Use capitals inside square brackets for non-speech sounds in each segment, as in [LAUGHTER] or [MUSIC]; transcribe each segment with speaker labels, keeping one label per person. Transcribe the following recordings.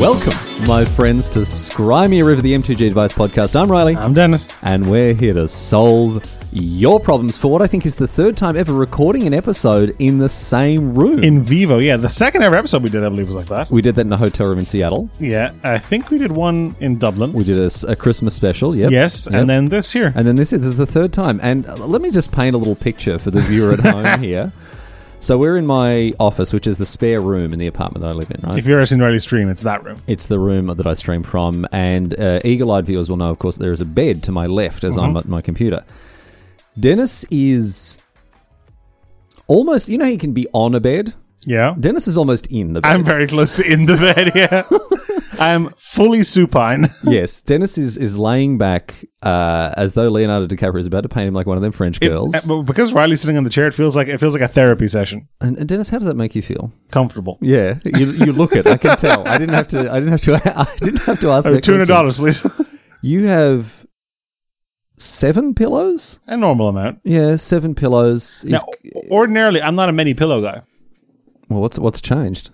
Speaker 1: Welcome, my friends, to Scrimey River, the MTG Advice Podcast. I'm Riley,
Speaker 2: I'm Dennis.
Speaker 1: and we're here to solve your problems for what I think is the third time ever recording an episode in the same room.
Speaker 2: In vivo, yeah. The second ever episode we did, I believe, was like that.
Speaker 1: we did that in a hotel room in Seattle.
Speaker 2: Yeah, I think we did one in Dublin.
Speaker 1: We did a, s- a Christmas special, yep.
Speaker 2: yes,
Speaker 1: Yep.
Speaker 2: and then this here.
Speaker 1: And then this is, this is the third time. And uh, let me just paint a little picture for the viewer
Speaker 2: [LAUGHS]
Speaker 1: at home here. So we're in my office, which is the spare room in the apartment that I live in, right?
Speaker 2: If you've ever seen Riley stream, it's that room.
Speaker 1: It's the room that I stream from, and uh, eagle-eyed viewers will know, of course, there is a bed to my left as
Speaker 2: Mm-hmm.
Speaker 1: I'm at my computer. Dennis is almost. You know, how you can be on a bed.
Speaker 2: Yeah.
Speaker 1: [LAUGHS] Dennis is almost in the bed.
Speaker 2: I'm very close to in the bed, yeah. [LAUGHS] I'm
Speaker 1: [LAUGHS]
Speaker 2: fully supine.
Speaker 1: yes, Dennis is is laying back uh, as though Leonardo DiCaprio is about to paint him like one of them French girls.
Speaker 2: Uh, but because Riley's sitting on the chair, it feels like it feels like a therapy session.
Speaker 1: and, and Dennis, how does that make you feel?
Speaker 2: Comfortable. Oh,
Speaker 1: Yeah, you, you look it. I can tell. I didn't have to. I didn't have to. [LAUGHS] I didn't have to ask.
Speaker 2: Oh,
Speaker 1: that
Speaker 2: two
Speaker 1: question.
Speaker 2: hundred dollars, please. [LAUGHS]
Speaker 1: You have seven pillows.
Speaker 2: a normal amount.
Speaker 1: Yeah, seven pillows. He's-
Speaker 2: Now, o- ordinarily, I'm not a many pillow guy.
Speaker 1: Well, what's what's changed?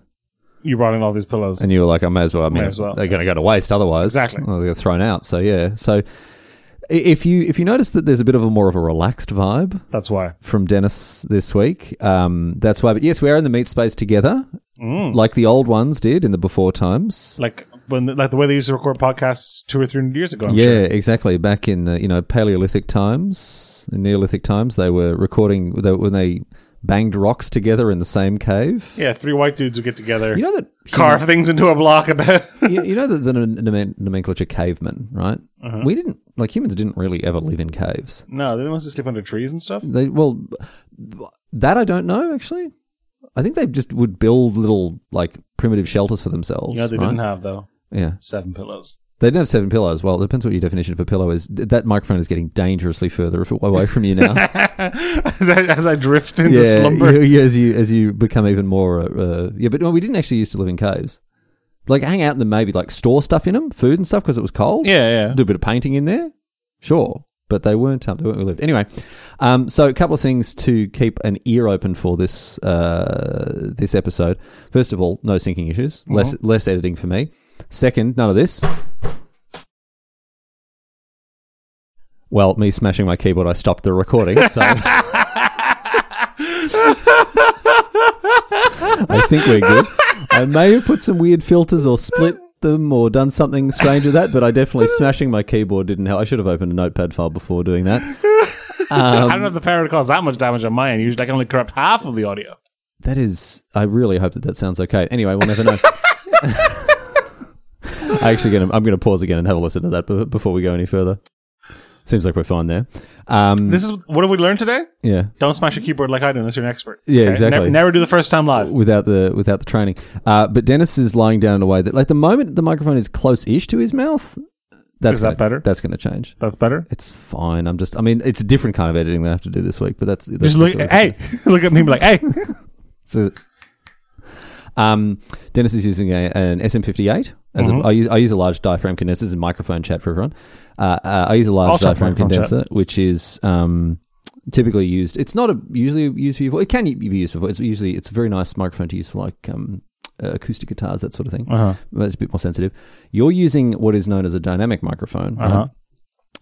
Speaker 2: You brought in all these pillows.
Speaker 1: And you were like, I may as well. I mean,
Speaker 2: as well.
Speaker 1: they're going to go to waste otherwise.
Speaker 2: Exactly.
Speaker 1: Well, they get thrown out. So yeah. So i- if you if you notice that there's a bit of a more of a relaxed vibe
Speaker 2: That's why.
Speaker 1: from Dennis this week, um, that's why. But yes, we are in the meat space together,
Speaker 2: Mm.
Speaker 1: like the old ones did in the before times.
Speaker 2: Like when like the way they used to record podcasts two or three hundred years ago. I'm
Speaker 1: yeah,
Speaker 2: sure.
Speaker 1: exactly. Back in uh, you know Paleolithic times, in Neolithic times, they were recording they, when they banged rocks together in the same cave.
Speaker 2: Yeah, three white dudes who get together.
Speaker 1: You know that
Speaker 2: carve things into a block about [LAUGHS]
Speaker 1: you, you know the, the nomen- nomenclature cavemen, right?
Speaker 2: Uh-huh.
Speaker 1: We didn't like humans didn't really ever live in caves.
Speaker 2: no they must sleep under trees and stuff
Speaker 1: They well, that I don't know actually. I think they just would build little like primitive shelters for themselves.
Speaker 2: you know they
Speaker 1: right?
Speaker 2: didn't have though
Speaker 1: Yeah,
Speaker 2: seven pillows
Speaker 1: they didn't have seven pillows. Well, it depends what your definition of a pillow is. D- That microphone is getting dangerously further af- away from you
Speaker 2: [LAUGHS]
Speaker 1: now.
Speaker 2: [LAUGHS] as, I, as I drift into
Speaker 1: yeah,
Speaker 2: slumber
Speaker 1: you- you- as you as you become even more. Uh, uh, yeah, but no, we didn't actually used to live in caves. Like hang out in them, maybe like store stuff in them, food and stuff because it was cold.
Speaker 2: yeah yeah
Speaker 1: do a bit of painting in there, sure. But they weren't um, they weren't relived anyway. Um, so a couple of things to keep an ear open for this uh, this episode. First of all, no syncing issues, less less editing for me. Second, none of this. Well, me smashing my keyboard, I stopped the recording. So I think we're good. I may have put some weird filters or split them or done something strange with that, but I definitely smashing my keyboard didn't help. I should have opened a notepad file before doing that. um,
Speaker 2: I don't know if the power caused that much damage on my end usually I can only corrupt half of the audio
Speaker 1: That is, I really hope that that sounds okay. Anyway, we'll never know. I actually gonna, I'm going to pause again and have a listen to that be- before we go any further. Seems like we're fine there. Um,
Speaker 2: this is what have we learned today
Speaker 1: yeah,
Speaker 2: don't smash your keyboard like I do unless you're an expert
Speaker 1: Yeah, exactly.
Speaker 2: never, never do the first time live
Speaker 1: without the without the training. Uh, but Dennis is lying down in a way that, like, the moment the microphone is close-ish to his mouth, that's
Speaker 2: Is that
Speaker 1: gonna-
Speaker 2: better?
Speaker 1: That's going to change.
Speaker 2: that's better
Speaker 1: It's fine. I'm just. I mean, it's a different kind of editing that I have to do this week. But that's, that's
Speaker 2: just look
Speaker 1: that's-
Speaker 2: hey look at me and be like hey
Speaker 1: So, um, Dennis is using a, an SM58. As
Speaker 2: Mm-hmm.
Speaker 1: a, I, use, I use a large diaphragm condenser. This is a microphone chat for everyone. Uh, uh, I use a large
Speaker 2: I'll chat
Speaker 1: diaphragm
Speaker 2: microphone chat.
Speaker 1: condenser, which is um, typically used. It's not a, usually used for your voice. It can be used for voice. It's usually it's a very nice microphone to use for like um, uh, acoustic guitars, that sort of thing.
Speaker 2: Uh-huh.
Speaker 1: But it's a bit more sensitive. You're using what is known as a dynamic microphone. right?
Speaker 2: Uh-huh.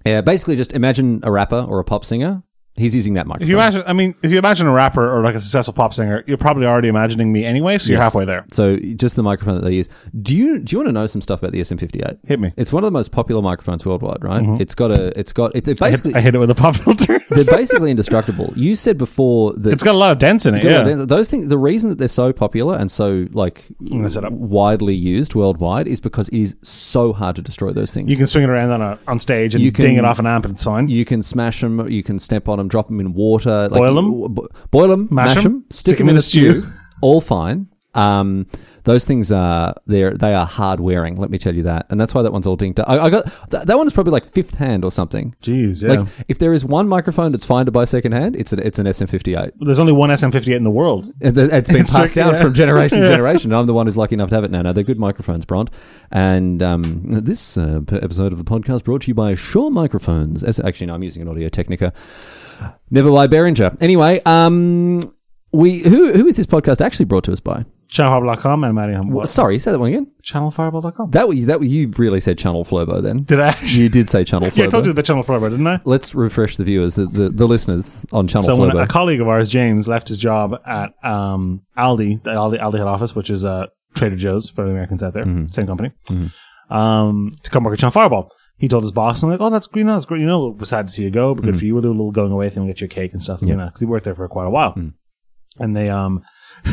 Speaker 1: Yeah, basically, just imagine a rapper or a pop singer. He's using that microphone. [LAUGHS]
Speaker 2: if you imagine I mean if you imagine a rapper or like a successful pop singer you're probably already imagining me anyway so you're
Speaker 1: Yes.
Speaker 2: halfway there
Speaker 1: So just the microphone that they use. Do you do you want to know some stuff about the SM58?
Speaker 2: hit me
Speaker 1: It's one of the most popular microphones worldwide, right? It's got a it's got it, they're
Speaker 2: Mm-hmm. I hit,
Speaker 1: basically
Speaker 2: I [LAUGHS] hit it with a pop filter [LAUGHS]
Speaker 1: they're basically indestructible. You said before that
Speaker 2: It's got a lot of dents in it.
Speaker 1: Good
Speaker 2: Yeah.
Speaker 1: idea. Those things, the reason that they're so popular and so like
Speaker 2: gonna set up.
Speaker 1: widely used worldwide is because it is so hard to destroy those things.
Speaker 2: You can swing it around on a, on stage and
Speaker 1: You
Speaker 2: ding
Speaker 1: can-
Speaker 2: it off an amp and it's fine.
Speaker 1: You can smash them. You can step on them, drop them in water, like,
Speaker 2: Boil 'em.
Speaker 1: you- bo- boil them, mash,
Speaker 2: Mash 'em.
Speaker 1: them, stick them in a stew. all fine. Um, those things are they are they are hard wearing. Let me tell you that, and that's why that one's all dinked up. I, I got th- that one is probably like fifth hand or something.
Speaker 2: Jeez, yeah.
Speaker 1: Like if there is one microphone that's fine to buy second hand, it's an it's an SM58.
Speaker 2: There's only one SM58 in the world.
Speaker 1: And th- It's been
Speaker 2: It's
Speaker 1: passed
Speaker 2: like-
Speaker 1: down
Speaker 2: [LAUGHS] yeah.
Speaker 1: from generation to generation. I'm the one who's lucky enough to have it now. No, they're good microphones, Bront. And um, this uh, p- episode of the podcast brought to you by Shaw Microphones. As, actually, no, I'm using an Audio Technica. Never by Behringer. Anyway, um, we who who is this podcast actually brought to us by?
Speaker 2: channelfireball.com and Maddie Humble.
Speaker 1: Wha- Sorry, say that one again.
Speaker 2: Channelfireball.com.
Speaker 1: That was, that was, you really said Channel Flurbo then.
Speaker 2: Did I actually?
Speaker 1: You did say Channel Flurbo.
Speaker 2: [LAUGHS] Yeah, I told you about Channel Fireball, didn't I?
Speaker 1: Let's refresh the viewers, the, the, the listeners on Channel
Speaker 2: So when
Speaker 1: Flurbo.
Speaker 2: a colleague of ours, James, left his job at um, Aldi, the Aldi, Aldi head office, which is uh, Trader Joe's for the Americans out there,
Speaker 1: Mm-hmm.
Speaker 2: same company, um, to come work at John Fireball. He told his boss, and I'm like, "Oh, that's great. No, that's great. You know, we're sad to see you go, but
Speaker 1: Mm-hmm.
Speaker 2: good for you. We'll do a little going away thing. We'll get you a cake and stuff. You know, because he worked there for quite a while, and they um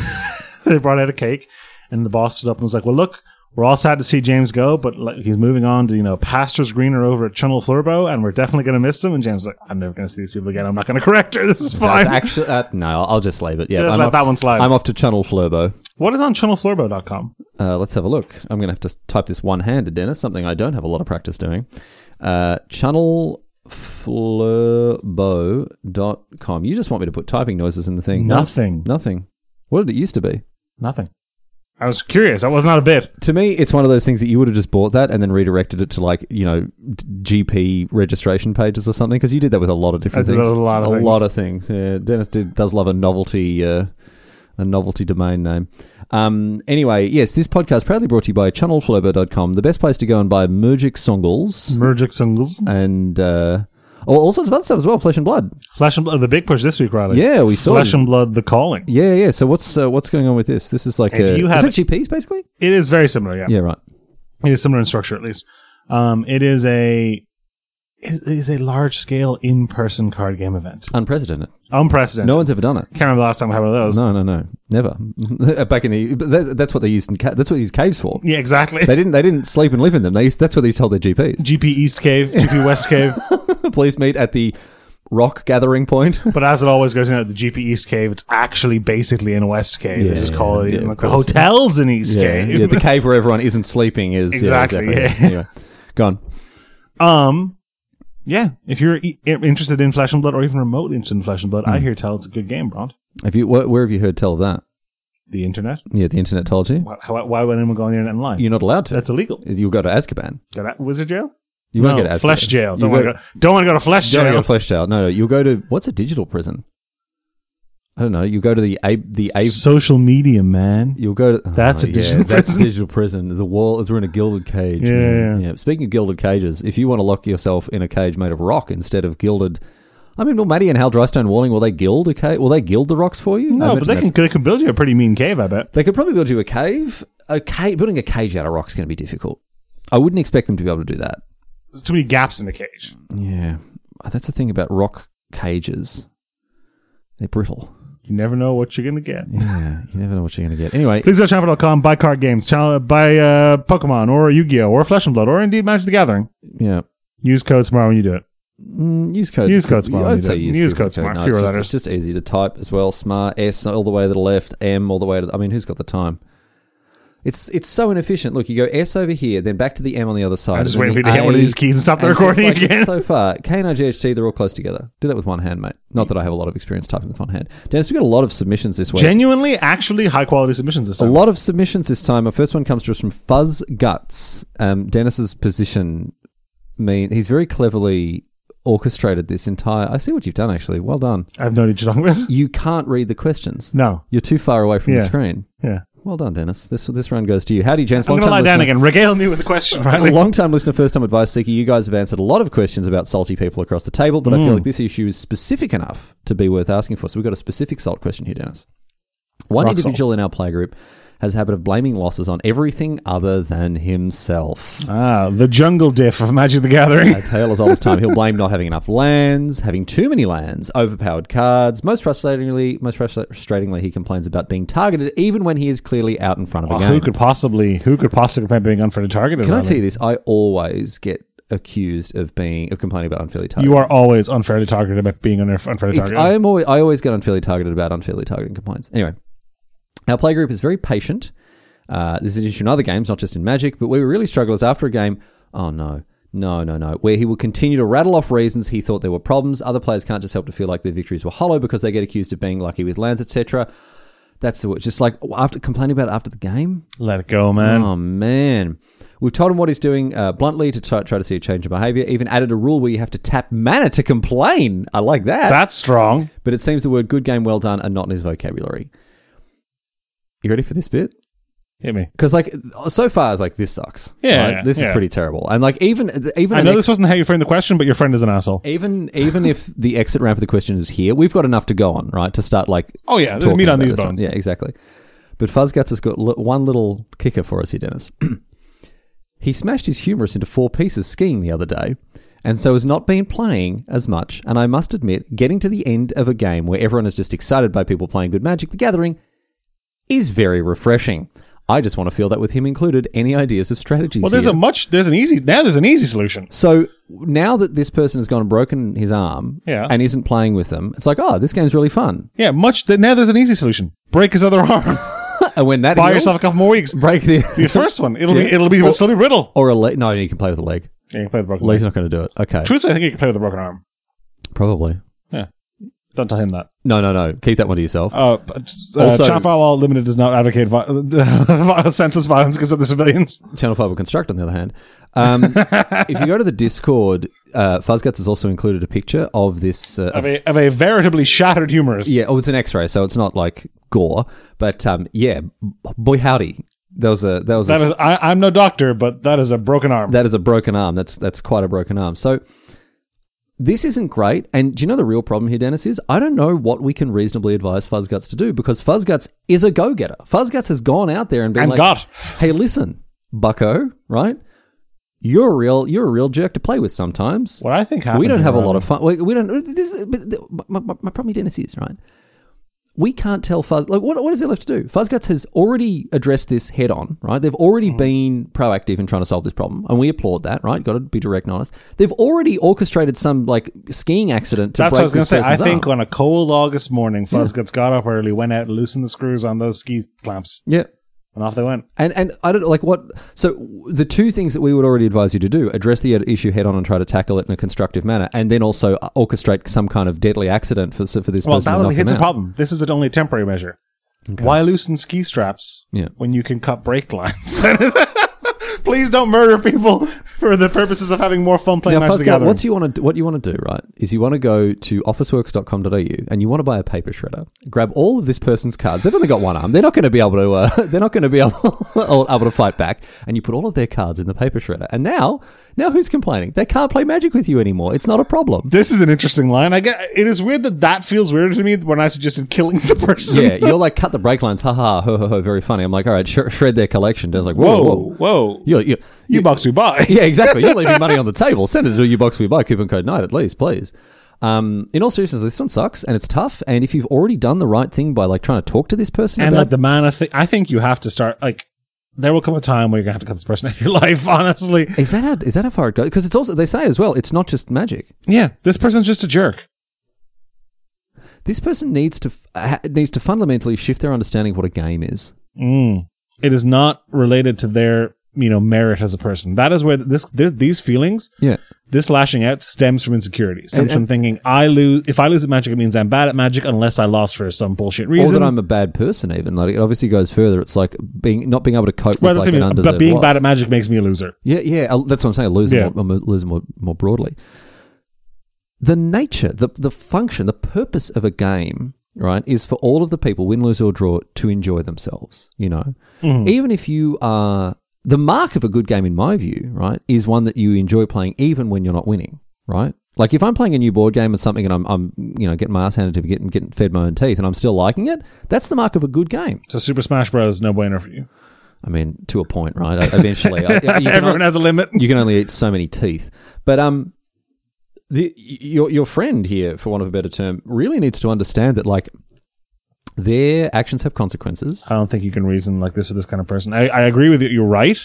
Speaker 2: [LAUGHS] they brought out a cake, and the boss stood up and was like, "Well, look." We're all sad to see James go, but like, he's moving on to you know pastures greener over at Chunnel Flurbo, and we're definitely going to miss him. And James was like, I'm never going to see these people again. I'm not going to correct her. [LAUGHS] This is
Speaker 1: That's
Speaker 2: fine.
Speaker 1: actually, uh, no, I'll- I'll just leave it. Yeah,
Speaker 2: Let's
Speaker 1: I'm
Speaker 2: let
Speaker 1: off,
Speaker 2: that one slide.
Speaker 1: I'm off to Channel Flurbo.
Speaker 2: What is on channelflurbo.com?
Speaker 1: Uh, let's have a look. I'm going to have to type this one handed, Dennis, something I don't have a lot of practice doing. Uh, channelflurbo.com. You just want me to put typing noises in the thing.
Speaker 2: Nothing.
Speaker 1: Nothing. What did it used to be?
Speaker 2: Nothing. I was curious. I was not a bit.
Speaker 1: To me, it's one of those things that you would have just bought that and then redirected it to like, you know, d- GP registration pages or something because you did that with a lot of different
Speaker 2: I did
Speaker 1: things.
Speaker 2: that with a lot of things.
Speaker 1: things, Yeah, Dennis did, does love a novelty, uh, a novelty domain name. Um, anyway, yes, this podcast proudly brought to you by channelflobo.com, the best place to go and buy Mergic Songles
Speaker 2: Mergic singles.
Speaker 1: and uh, all, all sorts of other stuff as well, Flesh and Blood.
Speaker 2: Flesh and Blood. The big push this week, Riley.
Speaker 1: Yeah, we saw.
Speaker 2: Flesh and Blood, The Calling.
Speaker 1: yeah, yeah. So what's uh, what's going on with this? This is like
Speaker 2: If
Speaker 1: a,
Speaker 2: you
Speaker 1: is
Speaker 2: have-
Speaker 1: that GPs basically?
Speaker 2: It is very similar, yeah.
Speaker 1: Yeah, right.
Speaker 2: It is similar in structure, at least. Um, it is a it is a large scale in person card game event.
Speaker 1: Unprecedented.
Speaker 2: Unprecedented.
Speaker 1: No one's ever done it.
Speaker 2: Can't remember the last time we had one of those.
Speaker 1: No, no, no, never. [LAUGHS] Back in the but that, that's what they used in ca- that's what they used caves for.
Speaker 2: Yeah, exactly. [LAUGHS]
Speaker 1: They didn't they didn't sleep and live in them. They used, that's what they told their GPs.
Speaker 2: GP East Cave, GP West Cave. [LAUGHS]
Speaker 1: Please meet at the rock gathering point.
Speaker 2: But as it always goes, you know, the GP East Cave, it's actually basically in a West Cave. they just call it
Speaker 1: yeah, of
Speaker 2: like the
Speaker 1: course.
Speaker 2: hotels in East
Speaker 1: yeah,
Speaker 2: Cave.
Speaker 1: yeah, the cave where everyone isn't sleeping is
Speaker 2: Exactly,
Speaker 1: Yeah,
Speaker 2: yeah.
Speaker 1: Anyway, gone.
Speaker 2: Um, yeah. If you're e- interested in Flesh and Blood, or even remotely interested in Flesh and Blood,
Speaker 1: Hmm.
Speaker 2: I hear tell it's a good game, Bront.
Speaker 1: Have you wh- where have you heard tell of that?
Speaker 2: The internet.
Speaker 1: Yeah, the internet told you.
Speaker 2: Why, how- why would anyone go on the internet and lie?
Speaker 1: You're not allowed to.
Speaker 2: That's illegal.
Speaker 1: You'll go to Azkaban.
Speaker 2: Go to wizard jail.
Speaker 1: You
Speaker 2: no,
Speaker 1: won't go to Azkaban.
Speaker 2: flesh jail.
Speaker 1: You
Speaker 2: Don't want to go. Don't want to go to flesh
Speaker 1: Don't go
Speaker 2: jail.
Speaker 1: to flesh jail. No, no. You'll go to what's a digital prison? I don't know. You go to the a the a
Speaker 2: Social media, man.
Speaker 1: You'll go to oh,
Speaker 2: That's a
Speaker 1: yeah,
Speaker 2: digital
Speaker 1: That's
Speaker 2: prison.
Speaker 1: digital prison. The wall is we're in a gilded cage.
Speaker 2: Yeah,
Speaker 1: man. Speaking of gilded cages, if you want to lock yourself in a cage made of rock instead of gilded, I mean, will Maddie and Hal Drystone Walling will they gild a cage? Will they gild the rocks for you? I
Speaker 2: No, but
Speaker 1: imagine
Speaker 2: they can
Speaker 1: that's-
Speaker 2: they can build you a pretty mean cave. I bet.
Speaker 1: They could probably build you a cave. A cave building a cage out of rocks going to be difficult. I wouldn't expect them to be able to do that.
Speaker 2: There's too many gaps in the cage.
Speaker 1: Yeah, that's the thing about rock cages. They're brittle.
Speaker 2: You never know what you're
Speaker 1: [LAUGHS]
Speaker 2: gonna get.
Speaker 1: Yeah, you never know what you're going to get. Anyway,
Speaker 2: Please go to channel.com, buy card games, channel, buy uh, Pokemon or Yu-Gi-Oh or Flesh and Blood or indeed Magic the Gathering.
Speaker 1: yeah.
Speaker 2: Use code tomorrow when you do it.
Speaker 1: Mm, use code.
Speaker 2: Use code smart.
Speaker 1: I'd say
Speaker 2: You
Speaker 1: use,
Speaker 2: do. Use
Speaker 1: Google
Speaker 2: code smart.
Speaker 1: No,
Speaker 2: Fewer
Speaker 1: it's, just,
Speaker 2: letters.
Speaker 1: it's just easy to type as well. Smart S all the way to the left, M all the way to. The, I mean, who's got the time? It's it's so inefficient. Look, you go S over here, then back to the M on the other side.
Speaker 2: I'm just
Speaker 1: and
Speaker 2: waiting
Speaker 1: then
Speaker 2: for you to
Speaker 1: the
Speaker 2: hit one of
Speaker 1: A,
Speaker 2: these keys and stop the
Speaker 1: and it's just
Speaker 2: recording
Speaker 1: like,
Speaker 2: again.
Speaker 1: it's So far, K and RGHT, they're all close together. Do that with one hand, mate. Not that I have a lot of experience typing with one hand. Dennis, we got a lot of submissions this week.
Speaker 2: Genuinely, actually, high quality submissions this
Speaker 1: a
Speaker 2: time.
Speaker 1: lot of submissions this time. Our first one comes to us from Fuzz Guts. Um, Dennis's position mean he's very cleverly orchestrated this entire. I see what you've done. Actually, well done.
Speaker 2: I've known each other.
Speaker 1: you can't read the questions.
Speaker 2: [LAUGHS] No.
Speaker 1: You're too far away from the
Speaker 2: Yeah.
Speaker 1: screen.
Speaker 2: Yeah.
Speaker 1: Well done, Dennis. This this round goes to you. Howdy, gents.
Speaker 2: I'm going to
Speaker 1: Long-time
Speaker 2: lie down
Speaker 1: listener-
Speaker 2: again. Regale me with the [LAUGHS] question, Riley.
Speaker 1: [LAUGHS] Long time listener, first time advice seeker, you guys have answered a lot of questions about salty people across the table, but I
Speaker 2: Hmm.
Speaker 1: feel like this issue is specific enough to be worth asking for. So we've got a specific salt question here, Dennis. One
Speaker 2: Rock
Speaker 1: individual in our playgroup has a habit of blaming losses on everything other than himself.
Speaker 2: Ah, the jungle diff of Magic the Gathering.
Speaker 1: A tale as old as time. He'll blame not having enough lands, having too many lands, overpowered cards. Most frustratingly, most frustratingly, he complains about being targeted, even when he is clearly out in front of a game.
Speaker 2: Oh, who could possibly, who could possibly complain about being unfairly targeted?
Speaker 1: Can I
Speaker 2: Riley?
Speaker 1: tell you this? I always get accused of being of complaining about unfairly targeted.
Speaker 2: You are always unfairly targeted about being unfair- unfairly
Speaker 1: It's,
Speaker 2: targeted.
Speaker 1: I am always I always get unfairly targeted about unfairly targeting complaints. Anyway, our playgroup is very patient. Uh, this is an issue in other games, not just in Magic, but where we really struggle is after a game. Oh no, no, no, no, where he will continue to rattle off reasons he thought there were problems. Other players can't just help to feel like their victories were hollow because they get accused of being lucky with lands, etc. That's the word. Just like oh, after complaining about it after the game,
Speaker 2: Let it go, man.
Speaker 1: Oh man, we've told him what he's doing uh, bluntly to try, try to see a change in behaviour. Even added a rule where you have to tap mana to complain. I like that.
Speaker 2: That's strong.
Speaker 1: but it seems the word "good game, well done" are not in his vocabulary. You ready for this bit?
Speaker 2: Hit me.
Speaker 1: Because like so far, it's like this sucks.
Speaker 2: Yeah,
Speaker 1: right? this
Speaker 2: yeah.
Speaker 1: is pretty terrible. And like even even
Speaker 2: I
Speaker 1: an
Speaker 2: know
Speaker 1: ex-
Speaker 2: this wasn't how you framed the question, but your friend is an asshole.
Speaker 1: even even if the exit ramp of the question is here, we've got enough to go on, right? To start like
Speaker 2: Oh yeah, there's
Speaker 1: talking
Speaker 2: meat on
Speaker 1: about
Speaker 2: these
Speaker 1: this one.
Speaker 2: bones.
Speaker 1: Yeah, exactly. But Fuzzguts has got l- one little kicker for us here, Dennis. [CLEARS THROAT] he smashed his humerus into four pieces skiing the other day, and so has not been playing as much. And I must admit, getting to the end of a game where everyone is just excited by people playing good Magic the Gathering is very refreshing. I just want to feel that with him included. Any ideas of strategies?
Speaker 2: Well, there's
Speaker 1: here?
Speaker 2: a much. There's an easy. Now there's an easy solution.
Speaker 1: So now that this person has gone and broken his arm
Speaker 2: Yeah.
Speaker 1: and isn't playing with them, it's like, oh, this game's really fun. [LAUGHS]
Speaker 2: Yeah, much. th- Now there's an easy solution. Break his other [LAUGHS] arm.
Speaker 1: And when that
Speaker 2: Buy
Speaker 1: heals,
Speaker 2: yourself a couple more weeks.
Speaker 1: break
Speaker 2: [LAUGHS]
Speaker 1: the
Speaker 2: The first one. It'll
Speaker 1: Yeah.
Speaker 2: be. It'll be.
Speaker 1: Or-
Speaker 2: It'll still be brittle.
Speaker 1: or a leg. No, you can play with a leg.
Speaker 2: Yeah, you can play with a broken leg.
Speaker 1: Leg's not going to do it. Okay,
Speaker 2: Truthfully, I think you can play with a broken arm.
Speaker 1: probably.
Speaker 2: Don't tell him that.
Speaker 1: No, no, no. Keep that one to yourself.
Speaker 2: Uh, but, uh,
Speaker 1: Also-
Speaker 2: Chan Firewall Limited does not advocate vi- vi- [LAUGHS] senseless violence because of the civilians.
Speaker 1: Channel Five will construct. On the other hand,
Speaker 2: [LAUGHS]
Speaker 1: um, if you go to the Discord, uh, Fuzzguts has also included a picture of this. Uh,
Speaker 2: Of a, of a veritably shattered humerus.
Speaker 1: yeah, oh, it's an X-ray, so it's not like gore, but um, yeah, boy howdy, that was a that was
Speaker 2: That
Speaker 1: a
Speaker 2: is, I, I'm no doctor, but that is a broken arm.
Speaker 1: That is a broken arm. That's that's quite a broken arm. So this isn't great. And do you know the real problem here, Dennis, is I don't know what we can reasonably advise Fuzzguts to do because Fuzzguts is a go-getter. Fuzzguts has gone out there and been
Speaker 2: And
Speaker 1: like,
Speaker 2: got.
Speaker 1: hey, listen, bucko, right? You're a real you're a real jerk to play with sometimes.
Speaker 2: what I think happened.
Speaker 1: We don't have a
Speaker 2: here,
Speaker 1: lot of fun. We, we don't. This, is- but the- my, my, my problem, with Dennis, is right. We can't tell Fuzz. Like, what, what is there left to do? Fuzzguts has already addressed this head on, right? They've already
Speaker 2: Mm.
Speaker 1: been proactive in trying to solve this problem, and we applaud that, right? Got to be direct and honest. They've already orchestrated some like skiing accident to
Speaker 2: That's what I
Speaker 1: break
Speaker 2: was going to
Speaker 1: this
Speaker 2: say. I
Speaker 1: person's
Speaker 2: think
Speaker 1: arm.
Speaker 2: on a cold August morning, Fuzzguts got up early, went out, loosened the screws on those ski clamps,
Speaker 1: Yeah,
Speaker 2: and off they went.
Speaker 1: and and I don't like what. So the two things that we would already advise you to do: address the issue head on and try to tackle it in a constructive manner, and then also orchestrate some kind of deadly accident for for this
Speaker 2: Well,
Speaker 1: person.
Speaker 2: that
Speaker 1: to knock
Speaker 2: was,
Speaker 1: them
Speaker 2: it's a
Speaker 1: out.
Speaker 2: problem. This is only a temporary measure. Why loosen ski straps
Speaker 1: Yeah.
Speaker 2: when you can cut brake lines? [LAUGHS] Please don't murder people for the purposes of having more fun playing
Speaker 1: Now,
Speaker 2: Magic the
Speaker 1: Fuzgar,
Speaker 2: Gathering.
Speaker 1: what's you want to what you want to do, right? Is you want to go to officeworks.com.au and you want to buy a paper shredder. Grab all of this person's cards. They've only got one arm. They're not going to be able to. Uh, [LAUGHS] they're not going to be able, able to fight back. And you put all of their cards in the paper shredder. And now, now who's complaining? They can't play Magic with you anymore. It's not a problem.
Speaker 2: This is an interesting line. I get it is weird that that feels weird to me when I suggested killing the person. [LAUGHS]
Speaker 1: Yeah, you're like cut the brake lines. Ha ha, ho ho ho. Very funny. I'm like, all right, sh- shred their collection. I was like, whoa,
Speaker 2: Whoa,
Speaker 1: whoa.
Speaker 2: whoa,
Speaker 1: You're, you're,
Speaker 2: You box we buy.
Speaker 1: yeah, exactly. You're leaving
Speaker 2: [LAUGHS]
Speaker 1: money on the table. Send it to your box we buy coupon code night at least, please. Um, in all seriousness, this one sucks and it's tough. And if you've already done the right thing by like trying to talk to this person
Speaker 2: And
Speaker 1: about
Speaker 2: like the mana thing, I think you have to start like. There will come a time where you're gonna have to cut this person [LAUGHS] out of your life. Honestly,
Speaker 1: is that how is that how far it goes? Because it's also they say as well, it's not just magic.
Speaker 2: yeah, this person's just a jerk.
Speaker 1: This person needs to f- ha- needs to fundamentally shift their understanding of what a game is.
Speaker 2: Mm. It is not related to their you know merit as a person. That is where this, this these feelings,
Speaker 1: Yeah,
Speaker 2: this lashing out, stems from insecurity.
Speaker 1: And-
Speaker 2: Stems from thinking I lose. If I lose at magic, it means I'm bad at magic, unless I lost for some bullshit
Speaker 1: or
Speaker 2: reason.
Speaker 1: that I'm a bad person. Even like it obviously goes further. It's like being not being able to cope
Speaker 2: well,
Speaker 1: with
Speaker 2: that's
Speaker 1: like an
Speaker 2: what I mean,
Speaker 1: undeserved
Speaker 2: but being
Speaker 1: loss.
Speaker 2: bad at magic makes me a loser.
Speaker 1: Yeah, yeah, uh, that's what I'm saying. Losing,
Speaker 2: Yeah.
Speaker 1: more, more- losing more, more broadly. The nature, the the function, the purpose of a game, right, is for all of the people, win, lose or draw, to enjoy themselves. You know,
Speaker 2: Mm-hmm.
Speaker 1: even if you are the mark of a good game, in my view, right, is one that you enjoy playing even when you're not winning, right. Like if I'm playing a new board game or something, and I'm, I'm you know getting my ass handed to me, getting getting fed my own teeth, and I'm still liking it, that's the mark of a good game.
Speaker 2: So Super Smash Bros. no bueno for you. [LAUGHS]
Speaker 1: I mean, to a point, right? e-, Eventually, I- you can
Speaker 2: Everyone has a limit.
Speaker 1: you can only eat so many teeth. But um, the y- your your friend here, for want of a better term, really needs to understand that like their actions have consequences.
Speaker 2: I don't think you can reason like this with this kind of person. I, I agree with you. You're right,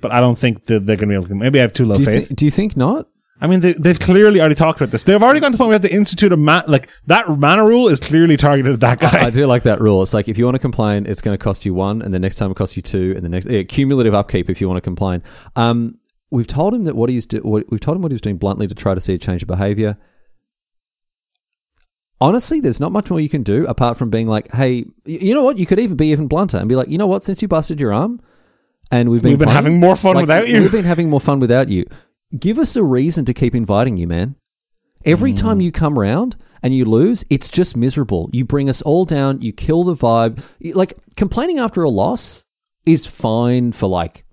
Speaker 2: but I don't think that they're going to be able to. Maybe I have too low
Speaker 1: Do you,
Speaker 2: faith.
Speaker 1: thi- do you think not?
Speaker 2: I mean, they, they've clearly already talked about this. They've already gone to the point where they have to institute a man. Like that mana rule is clearly targeted at that guy.
Speaker 1: I
Speaker 2: [LAUGHS]
Speaker 1: do like that rule. It's like if you want to complain, it's going to cost you one, and the next time it costs you two, and the next yeah, cumulative upkeep if you want to complain. Um, we've told him that what he's do- what, we've told him what he was doing bluntly to try to see a change of behavior. Honestly, there's not much more you can do apart from being like, "Hey, y- you know what? You could even be even blunter and be like, you know what? Since you busted your arm, and we've been
Speaker 2: We've been
Speaker 1: playing-
Speaker 2: having more fun
Speaker 1: like,
Speaker 2: without you.
Speaker 1: We've been having more fun without you. Give us a reason to keep inviting you, man. Every time you come round and you lose, it's just miserable. You bring us all down. You kill the vibe. You- Like complaining after a loss is fine for like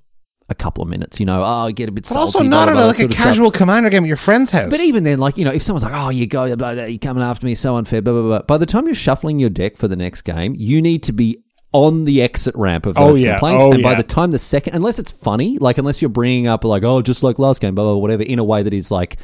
Speaker 1: a couple of minutes. You know, oh, I get a bit
Speaker 3: But
Speaker 1: salty.
Speaker 3: also not
Speaker 1: blah,
Speaker 3: at
Speaker 1: blah,
Speaker 3: a,
Speaker 1: that
Speaker 3: like a
Speaker 1: sort of stuff.
Speaker 3: casual commander game at your friend's house.
Speaker 1: But even then, like you know, if someone's like, "Oh, you go, blah, blah, you're coming after me, so unfair," blah blah blah. By the time you're shuffling your deck for the next game, you need to be on the exit ramp of
Speaker 2: Oh,
Speaker 1: those
Speaker 2: yeah.
Speaker 1: complaints.
Speaker 2: Oh,
Speaker 1: and by
Speaker 2: yeah.
Speaker 1: the time the second, unless it's funny, like unless you're bringing up like, "Oh, just like last game," blah blah, blah whatever, in a way that is like.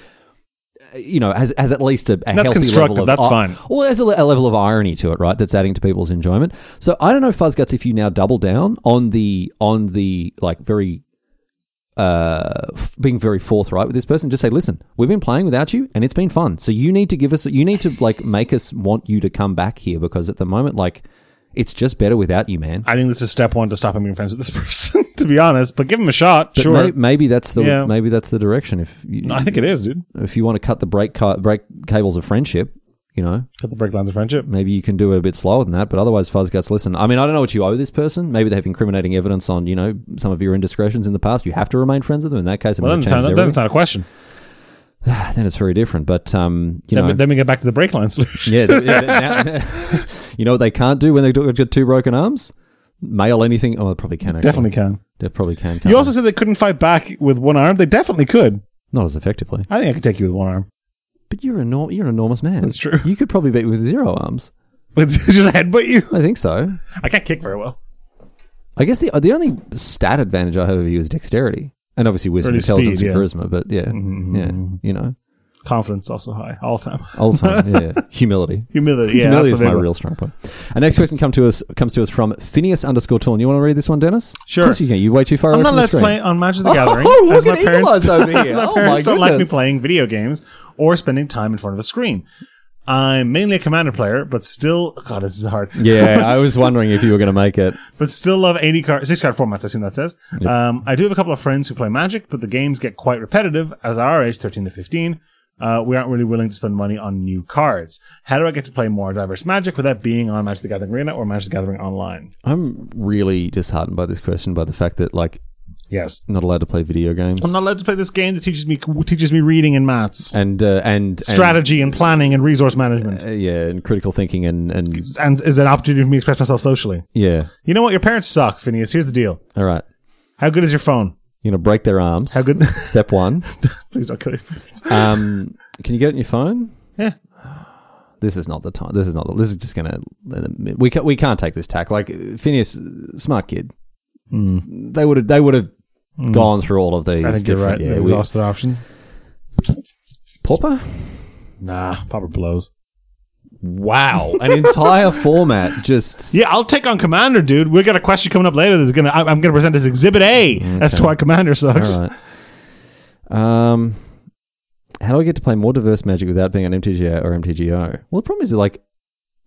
Speaker 1: uh, You know, has, has at least a, a
Speaker 2: That's
Speaker 1: healthy
Speaker 2: constructive,
Speaker 1: level of
Speaker 2: that's
Speaker 1: ir-
Speaker 2: fine.
Speaker 1: Well, there's a, le- a level of irony to it, right? That's adding to people's enjoyment. So I don't know, Fuzzguts, if you now double down on the on the like very uh, f- being very forthright with this person. Just say, listen, we've been playing without you, and it's been fun. So you need to give us, you need to like make us want you to come back here because at the moment, like, it's just better without you, man.
Speaker 2: I think this is step one to stopping being friends with this [LAUGHS] person, to be honest. But give him a shot,
Speaker 1: But
Speaker 2: sure.
Speaker 1: may- maybe, that's the
Speaker 2: Yeah.
Speaker 1: maybe that's the direction. If you,
Speaker 2: I think it is, dude.
Speaker 1: if you want to cut the break ca- break cables of friendship, you know,
Speaker 2: Cut the break lines of friendship.
Speaker 1: maybe you can do it a bit slower than that. But otherwise, Fuzzguts, listen. I mean, I don't know what you owe this person. Maybe they have incriminating evidence on you know some of your indiscretions in the past. You have to remain friends with them. In that case, it
Speaker 2: Well,
Speaker 1: might
Speaker 2: then it's,
Speaker 1: change
Speaker 2: not, then
Speaker 1: everything.
Speaker 2: it's not a question.
Speaker 1: Then it's very different. But um, you
Speaker 2: Then,
Speaker 1: know,
Speaker 2: we- then we get back to the break line solution.
Speaker 1: Yeah, th- yeah, th- now- [LAUGHS] you know what they can't do when they've got two broken arms? Mail anything? Oh, they probably can. Actually.
Speaker 2: [LAUGHS] Definitely can.
Speaker 1: they probably can. can't
Speaker 2: You also said they couldn't fight back with one arm. They definitely could.
Speaker 1: they? not as effectively,
Speaker 2: I think I could take you with one arm.
Speaker 1: but you're an enor- you're an enormous man.
Speaker 2: That's true.
Speaker 1: You could probably beat with zero arms.
Speaker 2: [LAUGHS] Just headbutt you.
Speaker 1: I think so.
Speaker 2: I can't kick very well.
Speaker 1: I guess the the only stat advantage I have of you is dexterity, and obviously wisdom,
Speaker 2: Early
Speaker 1: intelligence,
Speaker 2: speed,
Speaker 1: and
Speaker 2: yeah. Mm-hmm.
Speaker 1: charisma. But yeah, yeah, you know,
Speaker 2: Confidence also high all the time.
Speaker 1: all the time.
Speaker 2: [LAUGHS]
Speaker 1: Yeah, humility.
Speaker 2: Humility. Yeah,
Speaker 1: humility
Speaker 2: that's
Speaker 1: is
Speaker 2: the
Speaker 1: my
Speaker 2: big one.
Speaker 1: real strong point. Our next question come to us comes to us from Phineas underscore Torn. You want to read this one, Dennis?
Speaker 2: Sure.
Speaker 1: Of course you can. You're way too far
Speaker 2: I'm
Speaker 1: away
Speaker 2: not
Speaker 1: from the
Speaker 2: allowed to
Speaker 1: screen.
Speaker 2: play on Magic [LAUGHS] the Gathering.
Speaker 1: look
Speaker 2: as my
Speaker 1: at
Speaker 2: parents,
Speaker 1: Eagle
Speaker 2: [LAUGHS]
Speaker 1: Eyes over here.
Speaker 2: as my
Speaker 1: Oh,
Speaker 2: parents
Speaker 1: my
Speaker 2: don't like me
Speaker 1: goodness.
Speaker 2: playing video games or spending time in front of a screen. I'm mainly a commander player, but still, God, this is hard.
Speaker 1: Yeah, I
Speaker 2: [LAUGHS]
Speaker 1: was wondering if you were going to make it.
Speaker 2: but still love 80 card, six card formats. I assume that says. Um, I do have a couple of friends who play Magic, but the games get quite repetitive as our age, 13 to 15. Uh, we aren't really willing to spend money on new cards. How do I get to play more diverse Magic without being on Magic the Gathering Arena or Magic the Gathering Online?
Speaker 1: I'm really disheartened by this question, by the fact that like
Speaker 2: Yes.
Speaker 1: not allowed to play video games
Speaker 2: I'm not allowed to play this game that teaches me teaches me reading and maths,
Speaker 1: and uh, and
Speaker 2: strategy and planning and resource management,
Speaker 1: and, uh, yeah, and critical thinking and and
Speaker 2: and is an opportunity for me to express myself socially.
Speaker 1: yeah.
Speaker 2: You know what? Your parents suck, Phineas. Here's the deal:
Speaker 1: All right,
Speaker 2: How good is your phone?
Speaker 1: you know, break their arms. How
Speaker 2: good-
Speaker 1: Step
Speaker 2: [LAUGHS]
Speaker 1: one.
Speaker 2: Please don't kill your parents. [LAUGHS]
Speaker 1: Um, can you get it on your phone?
Speaker 2: Yeah.
Speaker 1: This is not the time. This is not. The, this is just gonna. We can't. We can't take this tack. Like Phineas, smart kid. They would have. They would have gone through all of these.
Speaker 2: Hmm. I think you're right.
Speaker 1: different-
Speaker 2: Yeah,
Speaker 1: Yeah. We,
Speaker 2: exhausted options.
Speaker 1: Popper.
Speaker 2: Nah, Popper blows.
Speaker 1: Wow, an entire format
Speaker 2: [LAUGHS]
Speaker 1: just.
Speaker 2: Yeah, I'll take on Commander, dude. We got a question coming up later. That's gonna I- I'm gonna present as Exhibit A as to why Commander sucks.
Speaker 1: All right. Um, how do I get to play more diverse Magic without being on MTGO or MTGO? Well, the problem is that, like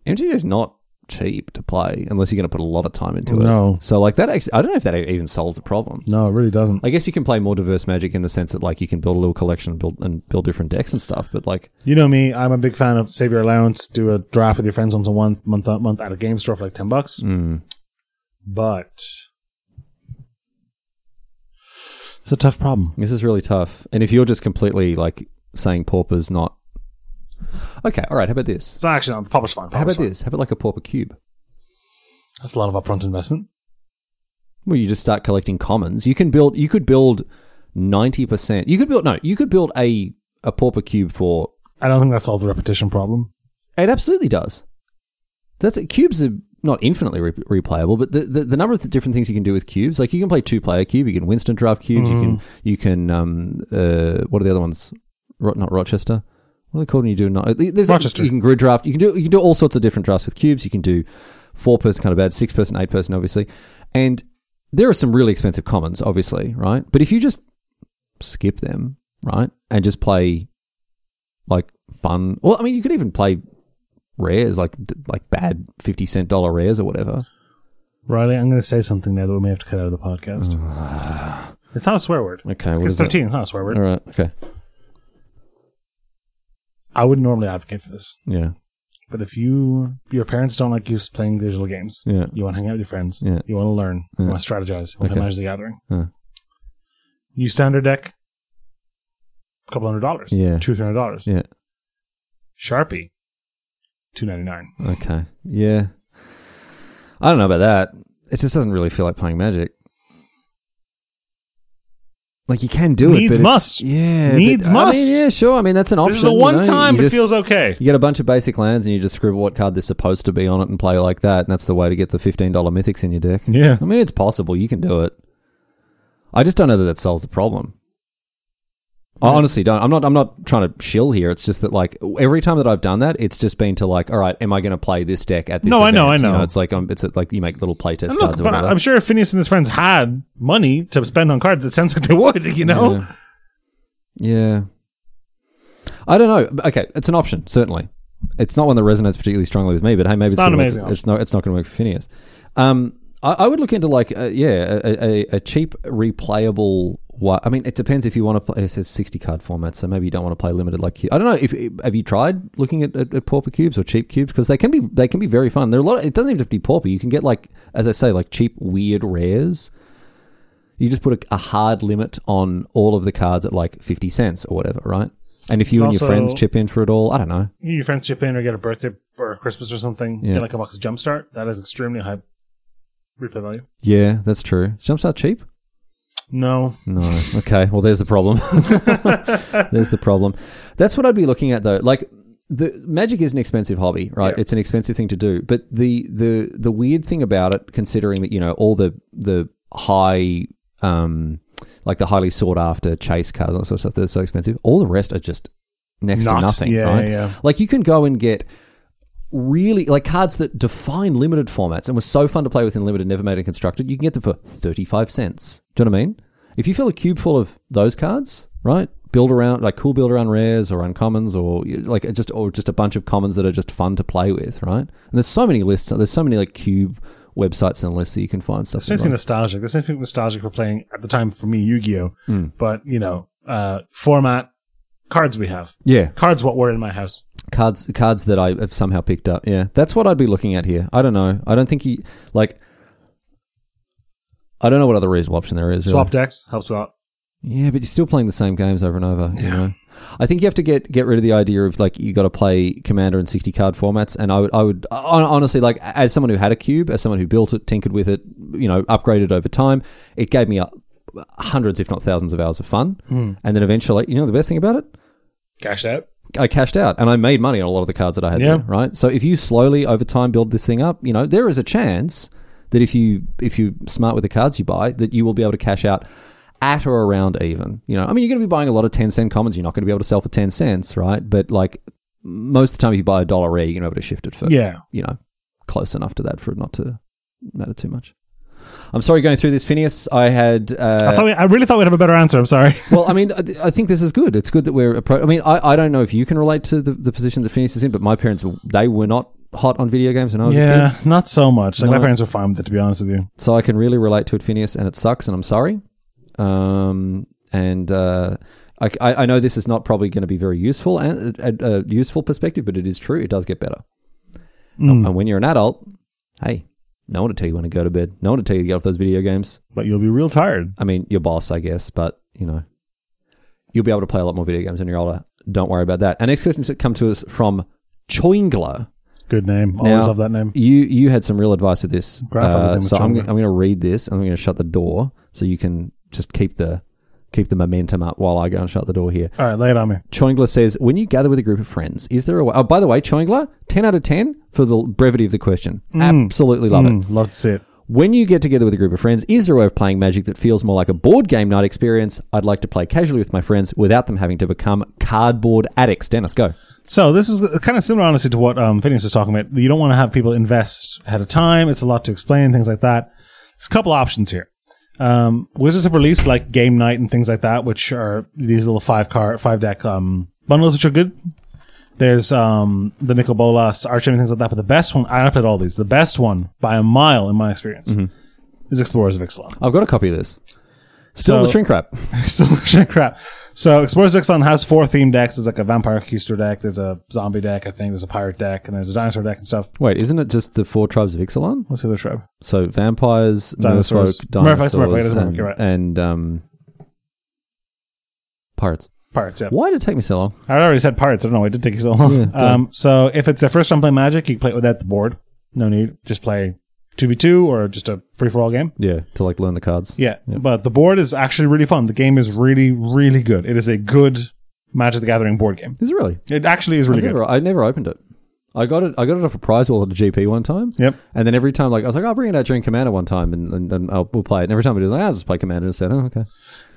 Speaker 1: MTGO is not cheap to play unless you're going to put a lot of time into it.
Speaker 2: No.
Speaker 1: so like that actually, I don't know if that even solves the problem.
Speaker 2: No, it really doesn't.
Speaker 1: I guess you can play more diverse Magic in the sense that like you can build a little collection, and build and build different decks and stuff. But like,
Speaker 2: You know me. I'm a big fan of save your allowance, do a draft with your friends once a month, month a month at a game store for like ten bucks.
Speaker 1: Hmm.
Speaker 2: But it's a tough problem.
Speaker 1: This is really tough. And if you're just completely like saying Pauper's not okay, all right. How about this?
Speaker 2: It's not actually not the published fine.
Speaker 1: How about this? How about like a Pauper cube?
Speaker 2: That's a lot of upfront investment.
Speaker 1: Well, you just start collecting commons. You can build. You could build ninety percent. You could build no. You could build a a pauper cube for.
Speaker 2: I don't think that solves the repetition problem.
Speaker 1: It absolutely does. That's cubes are not infinitely re- replayable, but the, the the number of different things you can do with cubes, like you can play two player cube, you can Winston draft cubes, you can you can um uh what are the other ones? Ro- not Rochester. What are they called when you do not? There's
Speaker 2: Rochester.
Speaker 1: you can grid draft. You can do you can do all sorts of different drafts with cubes. You can do four person kind of bad, six person, eight person, obviously, and there are some really expensive commons, obviously, right? But if you just skip them, right, and just play like fun, well, I mean, you could even play rares, like d- like bad fifty cent dollar rares or whatever.
Speaker 2: Riley, I'm going to say something there that we may have to cut out of the podcast.
Speaker 1: [SIGHS]
Speaker 2: it's not a swear word.
Speaker 1: Okay,
Speaker 2: it's,
Speaker 1: what
Speaker 2: it's
Speaker 1: is that?
Speaker 2: 13. It's not a swear word.
Speaker 1: All right, okay,
Speaker 2: I would normally advocate for this,
Speaker 1: yeah,
Speaker 2: but if you your parents don't like you playing digital games,
Speaker 1: Yeah.
Speaker 2: you want to hang out with your friends,
Speaker 1: Yeah.
Speaker 2: you want to learn,
Speaker 1: Yeah.
Speaker 2: you want to strategize, you want
Speaker 1: Okay.
Speaker 2: to manage the gathering,
Speaker 1: Yeah.
Speaker 2: you standard deck, a couple hundred dollars,
Speaker 1: Yeah.
Speaker 2: two three hundred dollars,
Speaker 1: yeah,
Speaker 2: Sharpie, two ninety nine.
Speaker 1: Okay. Yeah. I don't know about that. It just doesn't really feel like playing Magic. Like you can do it.
Speaker 2: Needs
Speaker 1: but it's-
Speaker 2: must.
Speaker 1: Yeah.
Speaker 2: Needs
Speaker 1: but- I
Speaker 2: must.
Speaker 1: mean, yeah, sure. I mean, that's an option.
Speaker 2: This is the
Speaker 1: you
Speaker 2: one
Speaker 1: know?
Speaker 2: time
Speaker 1: You
Speaker 2: it
Speaker 1: just-
Speaker 2: feels okay.
Speaker 1: You get a bunch of basic lands and you just scribble what card they're supposed to be on it and play like that, and that's the way to get the fifteen dollar mythics in your deck.
Speaker 2: Yeah.
Speaker 1: I mean, it's possible. You can do it. I just don't know that that solves the problem. I honestly don't. I'm not. I'm not trying to shill here. It's just that like every time that I've done that, it's just been to like, all right, am I going to play this deck at this?
Speaker 2: No, I know,
Speaker 1: event?
Speaker 2: I
Speaker 1: You
Speaker 2: know.
Speaker 1: it's like um, it's like you make little playtest
Speaker 2: And look,
Speaker 1: cards or
Speaker 2: but
Speaker 1: whatever.
Speaker 2: I- I'm sure if Phineas and his friends had money to spend on cards, it sounds like they would. You know.
Speaker 1: Yeah. Yeah. I don't know. Okay, it's an option certainly. It's not one that resonates particularly strongly with me, but hey, maybe it's,
Speaker 2: not an
Speaker 1: gonna
Speaker 2: amazing
Speaker 1: work. It's not. It's not going to work for Phineas. Um, I, I would look into like uh, yeah, a, a, a cheap replayable. What I mean, it depends if you want to play. It says sixty card format, so maybe you don't want to play limited like. Cube. I don't know if have you tried looking at, at, at pauper cubes or cheap cubes because they can be they can be very fun. There are a lot. Of, it doesn't even have to be pauper. You can get like as I say like cheap weird rares you just put a, a hard limit on all of the cards at like 50 cents or whatever, right? And if you and your
Speaker 2: Also-
Speaker 1: friends chip in for it all, I don't know.
Speaker 2: Your friends chip in or get a birthday or Christmas or something.
Speaker 1: Yeah.
Speaker 2: Get like a box of Jumpstart. That is extremely high replay value.
Speaker 1: Yeah, that's true. Is Jumpstart cheap?
Speaker 2: No.
Speaker 1: No. Okay. Well, there's the problem. [LAUGHS] there's the problem. That's what I'd be looking at though. Like the magic is an expensive hobby, right? It's an expensive thing to do. But the the the weird thing about it, considering that you know all the the high um like the highly sought after chase cards and all sorts of stuff that are so expensive, all the rest are just next
Speaker 2: Not-
Speaker 1: to nothing.
Speaker 2: yeah,
Speaker 1: right?
Speaker 2: yeah, yeah.
Speaker 1: Like you can go and get really like cards that define limited formats and were so fun to play with in limited, never made and constructed. You can get them for thirty five cents. Do you know what I mean? If you fill a cube full of those cards, right? Build around like cool build around rares or uncommons or like just or just a bunch of commons that are just fun to play with, right? And there's so many lists. There's so many like cube websites and lists that you can find stuff.
Speaker 2: This makes me
Speaker 1: in, like-
Speaker 2: nostalgic. This makes me nostalgic for playing at the time for me Yu-Gi-Oh.
Speaker 1: Hmm.
Speaker 2: But you know, uh, format cards we have.
Speaker 1: yeah,
Speaker 2: Cards what were in my house.
Speaker 1: cards cards that I have somehow picked up. Yeah, that's what I'd be looking at here. I don't know. I don't think he like. I don't know what other reasonable option there is. really.
Speaker 2: Swap decks helps out.
Speaker 1: Yeah, but you're still playing the same games over and over. You know, I think you have to get get rid of the idea of like you got to play Commander in 60 card formats. And I would I would hon- honestly like as someone who had a cube, as someone who built it, tinkered with it, you know, upgraded over time, it gave me uh hundreds, if not thousands, of hours of fun. And then eventually, you know, the best thing about it,
Speaker 2: Cashed out.
Speaker 1: I cashed out and I made money on a lot of the cards that I had
Speaker 2: Yeah.
Speaker 1: there, right? So if you slowly over time build this thing up, you know, there is a chance that if you if you smart with the cards you buy, that you will be able to cash out at or around even. You know, I mean you're gonna be buying a lot of ten cent commons, you're not gonna be able to sell for ten cents, right? But like most of the time if you buy a dollar rare, you're gonna be able to shift it for
Speaker 2: Yeah.
Speaker 1: you know, close enough to that for it not to matter too much. I'm sorry going through this, Phineas. I had uh,
Speaker 2: I thought we, I really thought we'd have a better answer. I'm sorry.
Speaker 1: well, I mean, I I think this is good. It's good that we're. Appro- I mean, I, I don't know if you can relate to the, the position that Phineas is in, but my parents they were not hot on video games when I was a kid,
Speaker 2: yeah, not so much. Like my
Speaker 1: No.
Speaker 2: parents were fine with it, to be honest with you.
Speaker 1: so I can really relate to it, Phineas, and it sucks, and I'm sorry. Um, and uh, I, I I know this is not probably going to be very useful and a, a useful perspective, but it is true. It does get better,
Speaker 2: Mm.
Speaker 1: and when you're an adult, hey, no one to tell you when to go to bed, no one to tell you to get off those video games.
Speaker 2: But you'll be real tired.
Speaker 1: I mean, your boss, I guess, but you know, you'll be able to play a lot more video games when you're older. Don't worry about that. Our next question comes to us from Choingler.
Speaker 2: Good name. Always
Speaker 1: Now-
Speaker 2: love that name.
Speaker 1: You you had some real advice with this, uh,
Speaker 2: Grandfather's name was
Speaker 1: so I'm,
Speaker 2: Choingler.
Speaker 1: I'm going to read this and I'm going to shut the door so you can just keep the keep the momentum up while I go and shut the door here.
Speaker 2: All right, lay it on me.
Speaker 1: Choingler says, when you gather with a group of friends, is there a way? Oh, by the way, Choingler, ten out of ten for the brevity of the question. Absolutely love it.
Speaker 2: Mm, love to see it.
Speaker 1: When you get together with a group of friends, is there a way of playing Magic that feels more like a board game night experience? I'd like to play casually with my friends without them having to become cardboard addicts. Dennis, go.
Speaker 2: So this is kind of similar, honestly, to what um, Phineas was talking about. You don't want to have people invest ahead of time. It's a lot to explain, things like that. There's a couple options here. Um, Wizards have released like game night and things like that, which are these little five car, five deck um, bundles, which are good. There's um, the Nicol Bolas, Archery, and things like that. But the best one, I played all these. The best one by a mile, in my experience, is Explorers of Ixalan.
Speaker 1: I've got a copy of this. Still
Speaker 2: So-
Speaker 1: the shrink wrap.
Speaker 2: [LAUGHS] solution crap. So Explorers of Ixalan has four theme decks. There's like a vampire keister deck. There's a zombie deck. I think there's a pirate deck, and there's a dinosaur deck and stuff.
Speaker 1: [LAUGHS] Wait, isn't it just the four tribes of Ixalan?
Speaker 2: What's the other tribe?
Speaker 1: So vampires,
Speaker 2: Dinosaurs.
Speaker 1: merfolk,
Speaker 2: Merfolk,
Speaker 1: dinosaurs,
Speaker 2: merfolk, it doesn't work,
Speaker 1: and,
Speaker 2: you're right.
Speaker 1: and um, pirates.
Speaker 2: Pirates, yeah.
Speaker 1: Why did it take me so long?
Speaker 2: I already said pirates. I don't know. It did take you so long.
Speaker 1: Yeah, go
Speaker 2: um, so if it's the first time playing Magic, you can play it without the board. No need. Just play 2v2 or just a free for all game.
Speaker 1: Yeah, to like learn the cards.
Speaker 2: Yeah, but the board is actually really fun. The game is really, really good. It is a good Magic the Gathering board game.
Speaker 1: Is it really?
Speaker 2: It actually is really good.
Speaker 1: Never, I never opened it. I got it. I got it off a prize wall at a GP one time.
Speaker 2: Yep.
Speaker 1: And then every time, like I was like, "Oh, I'll bring it out during Commander one time, and, and, and I'll, we'll play it. And every time I do, like, ah, let's play Commander instead. Oh, okay.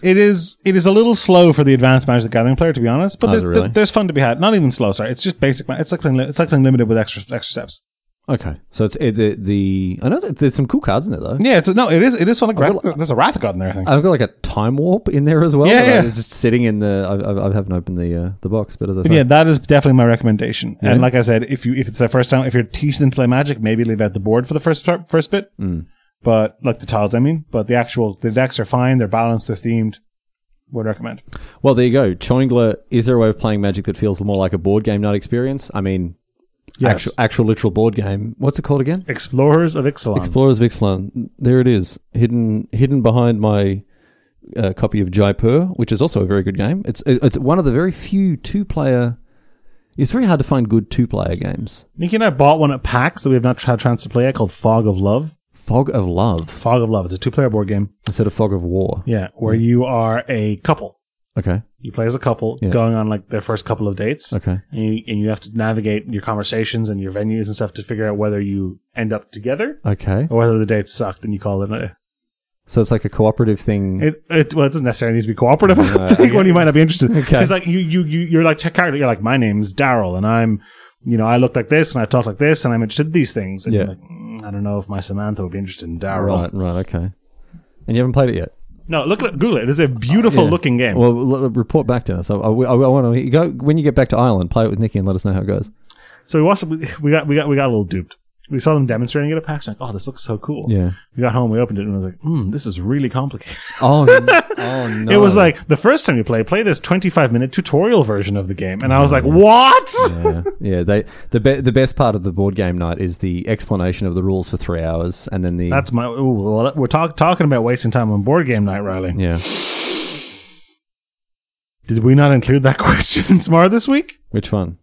Speaker 2: It is. It is a little slow for the advanced Magic the Gathering player, to be honest. But
Speaker 1: Oh, is
Speaker 2: there's,
Speaker 1: it really?
Speaker 2: there's fun to be had. Not even slow. Sorry, it's just basic. ma- It's like playing. li- It's like playing limited with extra extra steps.
Speaker 1: Okay. So it's it, the the. I know that there's some cool cards in there though.
Speaker 2: Yeah. It's no. It is. It is fun. Like, Wrath- there's a Wrath God in there. I think.
Speaker 1: I've got like a time warp in there as well.
Speaker 2: Yeah,
Speaker 1: that I-
Speaker 2: yeah.
Speaker 1: It's just sitting in the. I, I, I haven't opened the uh, the box, but as I said,
Speaker 2: yeah, that is definitely my recommendation. And like I said, if you if it's their first time, if you're teaching them to play Magic, maybe leave out the board for the first part, first bit.
Speaker 1: Hmm.
Speaker 2: But like the tiles, I mean. But the actual the decks are fine. They're balanced. They're themed. Would recommend.
Speaker 1: Well, there you go. Chongla, is there a way of playing Magic that feels more like a board game night experience? I mean,
Speaker 2: Yes.
Speaker 1: actual, actual literal board game. What's it called again?
Speaker 2: Explorers of Ixalan.
Speaker 1: Explorers of Ixalan. There it is, hidden hidden behind my uh, copy of Jaipur, which is also a very good game. It's it's one of the very few two player. It's very hard to find good two player games.
Speaker 2: Nikki and I bought one at PAX that we have not had a chance to play yet called Fog of Love.
Speaker 1: Fog of Love
Speaker 2: Fog of Love. It's a two player board game.
Speaker 1: instead of Fog of War.
Speaker 2: Yeah. Where you are a couple.
Speaker 1: Okay,
Speaker 2: You play as a couple going on like their first couple of dates.
Speaker 1: okay,
Speaker 2: And you, and you have to navigate your conversations and your venues and stuff to figure out whether you end up together
Speaker 1: okay.
Speaker 2: or whether the date sucked and you call it a day.
Speaker 1: So it's like a cooperative thing.
Speaker 2: It, it well, it doesn't necessarily need to be cooperative. [LAUGHS] I think one you might not be interested because
Speaker 1: [LAUGHS] Okay.
Speaker 2: like you you you you're like tech character. You're like my name's Daryl and I'm you know I look like this and I talk like this and I'm interested in these things. And
Speaker 1: Yeah.
Speaker 2: you're like, "Mm, I don't know if my Samantha would be interested in Daryl.
Speaker 1: right, right, okay. And you haven't played it yet.
Speaker 2: No, look at it, Google it. It's a beautiful looking game.
Speaker 1: Well, l- l- report back to us. I, want to go when you get back to Ireland. Play it with Nikki and let us know how it goes.
Speaker 2: so we watched. it- We got we got we got a little duped. We saw them demonstrating it at PAX. Like, oh, this looks so cool.
Speaker 1: Yeah.
Speaker 2: We got home. We opened it and I was like, hmm, this is really complicated.
Speaker 1: Oh,
Speaker 2: [LAUGHS]
Speaker 1: n- [LAUGHS] oh no!
Speaker 2: It was like the first time you play, play this 25 minute tutorial version of the game. And I was like, what?
Speaker 1: Mm. yeah, yeah. They the be, the best part of the board game night is the explanation of the rules for three hours, and then the
Speaker 2: That's my. Ooh, well, that- we're talk, talking about wasting time on board game night, Riley.
Speaker 1: yeah.
Speaker 2: Did we not include that [LAUGHS] question in Smar this week?
Speaker 1: Which one?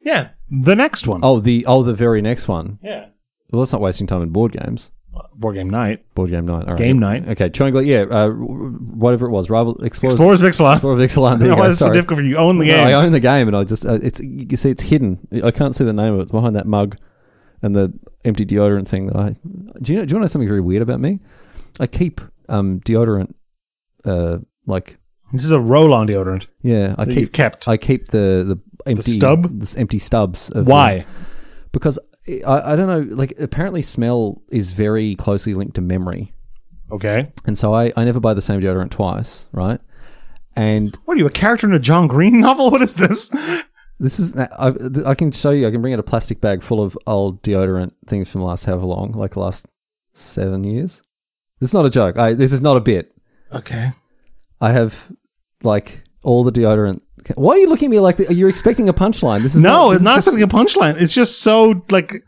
Speaker 2: Yeah, the next one.
Speaker 1: Oh, the oh the very next one.
Speaker 2: Yeah,
Speaker 1: Well, that's not wasting time in board games.
Speaker 2: board game night.
Speaker 1: Board game night. All right.
Speaker 2: Game night.
Speaker 1: Okay. Triangle. Yeah. Uh, whatever it was. Rival Explorers.
Speaker 2: Explorers of Ixalan.
Speaker 1: Explorer of Ixalan. There
Speaker 2: I
Speaker 1: you
Speaker 2: don't know
Speaker 1: go.
Speaker 2: [LAUGHS] why it's so
Speaker 1: Sorry.
Speaker 2: difficult for you. You Own the
Speaker 1: No,
Speaker 2: game.
Speaker 1: I own the game, and I just uh, it's you can see it's hidden. I can't see the name of it It's behind that mug and the empty deodorant thing that I. Do you know? Do you want to know something very weird about me? I keep um, deodorant, uh, like
Speaker 2: this is a roll-on deodorant
Speaker 1: yeah, I
Speaker 2: that you've
Speaker 1: keep
Speaker 2: kept.
Speaker 1: I keep the the empty
Speaker 2: stub?
Speaker 1: this empty stubs. Of
Speaker 2: why?
Speaker 1: the- because I, I don't know. Like apparently, smell is very closely linked to memory,
Speaker 2: Okay.
Speaker 1: and so I I never buy the same deodorant twice, right? And
Speaker 2: What are you, a character in a John Green [LAUGHS] novel? What is this?
Speaker 1: This is I, I can show you. I can bring out a plastic bag full of old deodorant things from the last however long, like the last seven years. This is not a joke. I, this is not a bit.
Speaker 2: Okay.
Speaker 1: I have like all the deodorant. Why are you looking at me like that? you're expecting a punchline? This is
Speaker 2: No,
Speaker 1: this
Speaker 2: it's
Speaker 1: is
Speaker 2: not
Speaker 1: just-
Speaker 2: something a punchline. It's just so like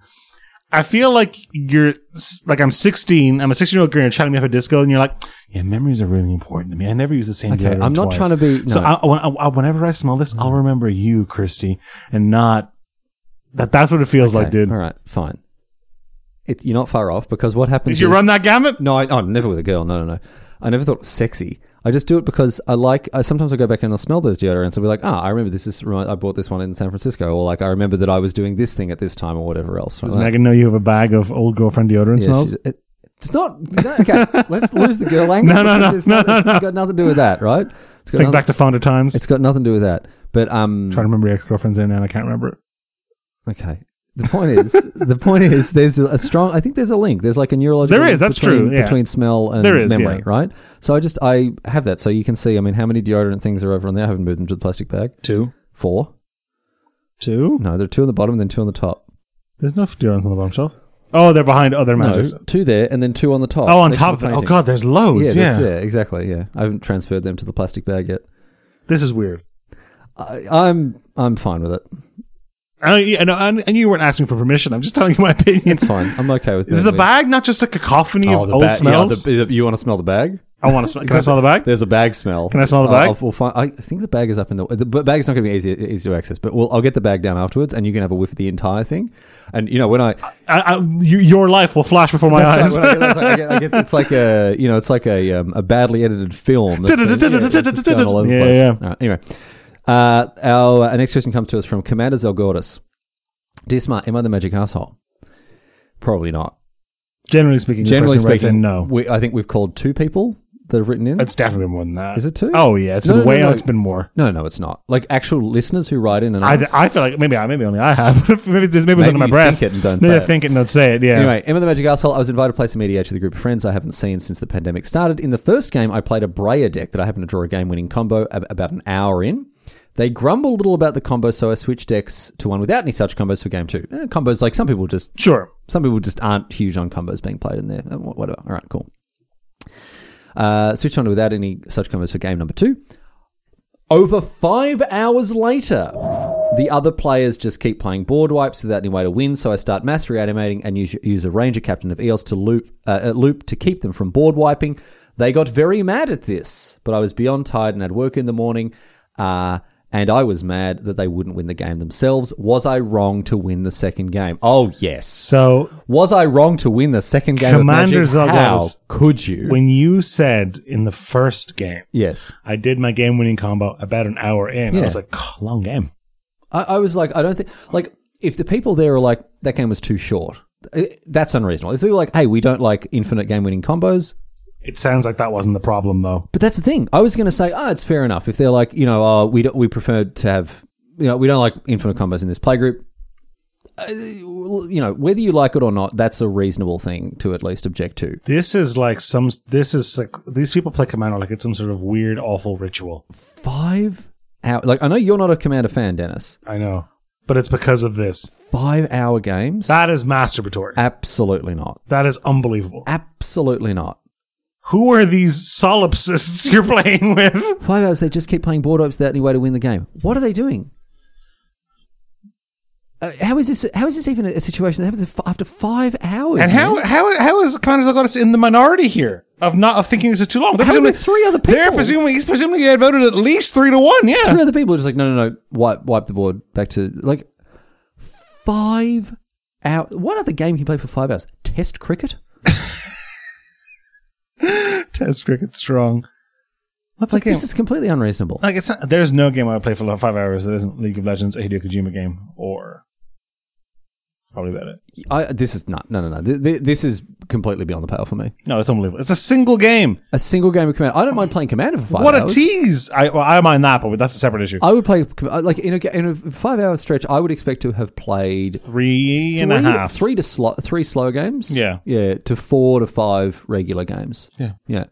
Speaker 2: I feel like you're s- like I'm 16. I'm a 16 year old girl. You're chatting me up at disco, and you're like, "Yeah, memories are really important to me. I never use the same."
Speaker 1: Okay,
Speaker 2: deodorant
Speaker 1: I'm not
Speaker 2: twice."
Speaker 1: trying to be-
Speaker 2: So
Speaker 1: no. Mm.
Speaker 2: I, I- I- whenever I smell this, I'll remember you, Christy, and not that. That's what it feels like,
Speaker 1: Okay,
Speaker 2: dude.
Speaker 1: All right, fine. It, you're not far off because what happens?
Speaker 2: Did you
Speaker 1: is-
Speaker 2: run that gamut?
Speaker 1: No, I, oh, never with a girl. No, no, no. I never thought it was sexy. I just do it because I like. I sometimes I go back and I'll smell those deodorants and be like, ah, I remember this is. I bought this one in San Francisco, or like I remember that I was doing this thing at this time, or whatever else.
Speaker 2: Does
Speaker 1: Right?
Speaker 2: Megan know you have a bag of old girlfriend deodorant
Speaker 1: Yeah,
Speaker 2: smells?
Speaker 1: she's- it- it's not no, okay. [LAUGHS] let's lose the girl language.
Speaker 2: No, no, no,
Speaker 1: because it's
Speaker 2: no,
Speaker 1: not-
Speaker 2: no,
Speaker 1: it's
Speaker 2: no.
Speaker 1: got nothing to do with that, right? It's got
Speaker 2: Think
Speaker 1: nothing,
Speaker 2: back to fonder times.
Speaker 1: It's got nothing to do with that. But um,
Speaker 2: trying to remember your ex girlfriend's name, and I can't remember it.
Speaker 1: okay. The point is, the point is, there's a strong. I think there's a link. There's like a neurological.
Speaker 2: There
Speaker 1: link
Speaker 2: is, that's
Speaker 1: between,
Speaker 2: true, yeah.
Speaker 1: Between smell and
Speaker 2: There is,
Speaker 1: memory,
Speaker 2: yeah.
Speaker 1: right? So I just I have that, so you can see. I mean, how many deodorant things are over on there? I haven't moved them to the plastic bag.
Speaker 2: Two,
Speaker 1: Four.
Speaker 2: two.
Speaker 1: No, there are two on the bottom, and then two on the top.
Speaker 2: There's no deodorants on the bottom shelf. Oh, they're behind other
Speaker 1: No,
Speaker 2: matches.
Speaker 1: two there, and then two on the top.
Speaker 2: Oh, on
Speaker 1: next to
Speaker 2: top of
Speaker 1: the
Speaker 2: it. Oh
Speaker 1: paintings.
Speaker 2: god, there's loads.
Speaker 1: yeah,
Speaker 2: Yeah,
Speaker 1: that's- yeah, exactly. Yeah, I haven't transferred them to the plastic bag yet.
Speaker 2: this is weird.
Speaker 1: I, I'm I'm fine with it.
Speaker 2: I, yeah, no, I, I knew you weren't asking for permission. I'm just telling you my opinion.
Speaker 1: [LAUGHS] It's fine. I'm okay with
Speaker 2: Is
Speaker 1: it. Oh,
Speaker 2: Oh, the bag not just a cacophony of old smells?
Speaker 1: you want to smell the bag?
Speaker 2: I want to
Speaker 1: [LAUGHS]
Speaker 2: smell. Can I smell the bag?
Speaker 1: There's a bag smell.
Speaker 2: Can I smell the
Speaker 1: I'll-
Speaker 2: bag?
Speaker 1: I'll- we'll find, I think the bag is up in the. The b- bag's not going to be easy easy to access, but we'll, I'll get the bag down afterwards, and you can have a whiff of the entire thing. And you know when I,
Speaker 2: I, I, you, your life will flash before my
Speaker 1: that's
Speaker 2: eyes.
Speaker 1: right, when I, get- that's right, I, get, I get, it's like a you know it's like a um, a badly edited film. that's been- yeah, it's just going all over the
Speaker 2: Yeah,
Speaker 1: place.
Speaker 2: yeah.
Speaker 1: All right, anyway, uh, our uh, next question comes to us from Commander Zelgordis. Dear Smart, am I the magic asshole? Probably not.
Speaker 2: Generally speaking,
Speaker 1: Generally
Speaker 2: the person who writes
Speaker 1: speaking,
Speaker 2: in, no.
Speaker 1: We, I think we've called two people that have written in.
Speaker 2: It's definitely more than that.
Speaker 1: Is it two?
Speaker 2: Oh yeah, it's
Speaker 1: No,
Speaker 2: been
Speaker 1: no,
Speaker 2: way.
Speaker 1: no,
Speaker 2: out.
Speaker 1: no.
Speaker 2: It's been more.
Speaker 1: no, no, it's not. Like actual listeners who write in and
Speaker 2: I,
Speaker 1: ask.
Speaker 2: I feel like maybe I maybe only I have. [LAUGHS] maybe this maybe it's
Speaker 1: Maybe
Speaker 2: under my
Speaker 1: you
Speaker 2: breath.
Speaker 1: think it and don't
Speaker 2: maybe
Speaker 1: say
Speaker 2: I
Speaker 1: it.
Speaker 2: think it and don't say it. Yeah.
Speaker 1: Anyway, Emma the Magic Asshole, I was invited to play some EDH with a group of friends I haven't seen since the pandemic started. In the first game, I played a Breyer deck that I happened to draw a game winning combo ab- about an hour in. They grumbled a little about the combo, so I switched decks to one without any such combos for game two. Eh, combos, like some people just
Speaker 2: sure.
Speaker 1: some people just aren't huge on combos being played in there. Uh, wh- Whatever. All right, cool. Uh, switch on to without any such combos for game number two. Over five hours later, the other players just keep playing board wipes without any way to win. So I start mass reanimating and use, use a ranger captain of eels to loop uh, uh, loop to keep them from board wiping. They got very mad at this, but I was beyond tired and had work in the morning. Uh, and I was mad that they wouldn't win the game themselves. Was I wrong to win the second game? Oh yes.
Speaker 2: So
Speaker 1: Was I wrong to win the second game
Speaker 2: Commander
Speaker 1: of Magic? How
Speaker 2: Zaldaris.
Speaker 1: could you?
Speaker 2: when you said in the first game,
Speaker 1: yes.
Speaker 2: I did my game winning combo about an hour in, I
Speaker 1: Yeah.
Speaker 2: was like, "Gah, long game.
Speaker 1: I, I was like, I don't think, like, if the people there are like, that game was too short, eh, that's unreasonable. If they were like, hey, we don't like infinite game winning combos,
Speaker 2: It sounds like that wasn't the problem though.
Speaker 1: but that's the thing. I was going to say, oh, it's fair enough. If they're like, you know, oh, we, don't, we prefer to have, you know, we don't like infinite combos in this playgroup. eh, You know, whether you like it or not, that's a reasonable thing to at least object to.
Speaker 2: This is like some. This is like these people play Commander like it's some sort of weird, awful ritual.
Speaker 1: Five hour, like, I know you're not a Commander fan, Dennis.
Speaker 2: I know, but it's because of this.
Speaker 1: Five hour games?
Speaker 2: That is masturbatory.
Speaker 1: Absolutely not.
Speaker 2: That is unbelievable.
Speaker 1: Absolutely not.
Speaker 2: Who are these solipsists [LAUGHS] you're playing with?
Speaker 1: Five hours, they just keep playing board ops without any way to win the game. What are they doing? Uh, how is this? How is this even a situation that happens after five hours? man?
Speaker 2: And how how how is Commander Zalgonis in the minority here of not of thinking this is too long? They're
Speaker 1: How are there
Speaker 2: presumably
Speaker 1: three other people?
Speaker 2: They're presumably he's presumably had voted at least three to one. Yeah,
Speaker 1: Three other people are just like, no, no, no, wipe, wipe the board back to like five hours. What other game can you play for five hours? Test cricket?
Speaker 2: Test cricket strong. What's
Speaker 1: Like
Speaker 2: the game?
Speaker 1: this is completely unreasonable.
Speaker 2: like it's not, there's no game I would play for like five hours that isn't League of Legends, a Hideo Kojima game, or probably about it.
Speaker 1: I, this is not. No, no, no. Th- th- This is completely beyond the pale for me.
Speaker 2: No, it's unbelievable. It's a single game.
Speaker 1: A single game of Commander. I don't mind playing Commander for five
Speaker 2: What
Speaker 1: hours.
Speaker 2: a tease! I well, I mind that, but that's a separate issue.
Speaker 1: I would play like in a, ga- in a five hour stretch. I would expect to have played
Speaker 2: Three and a
Speaker 1: three,
Speaker 2: half.
Speaker 1: three to slow, three slow games.
Speaker 2: Yeah.
Speaker 1: yeah, to four to five regular games.
Speaker 2: Yeah.
Speaker 1: yeah.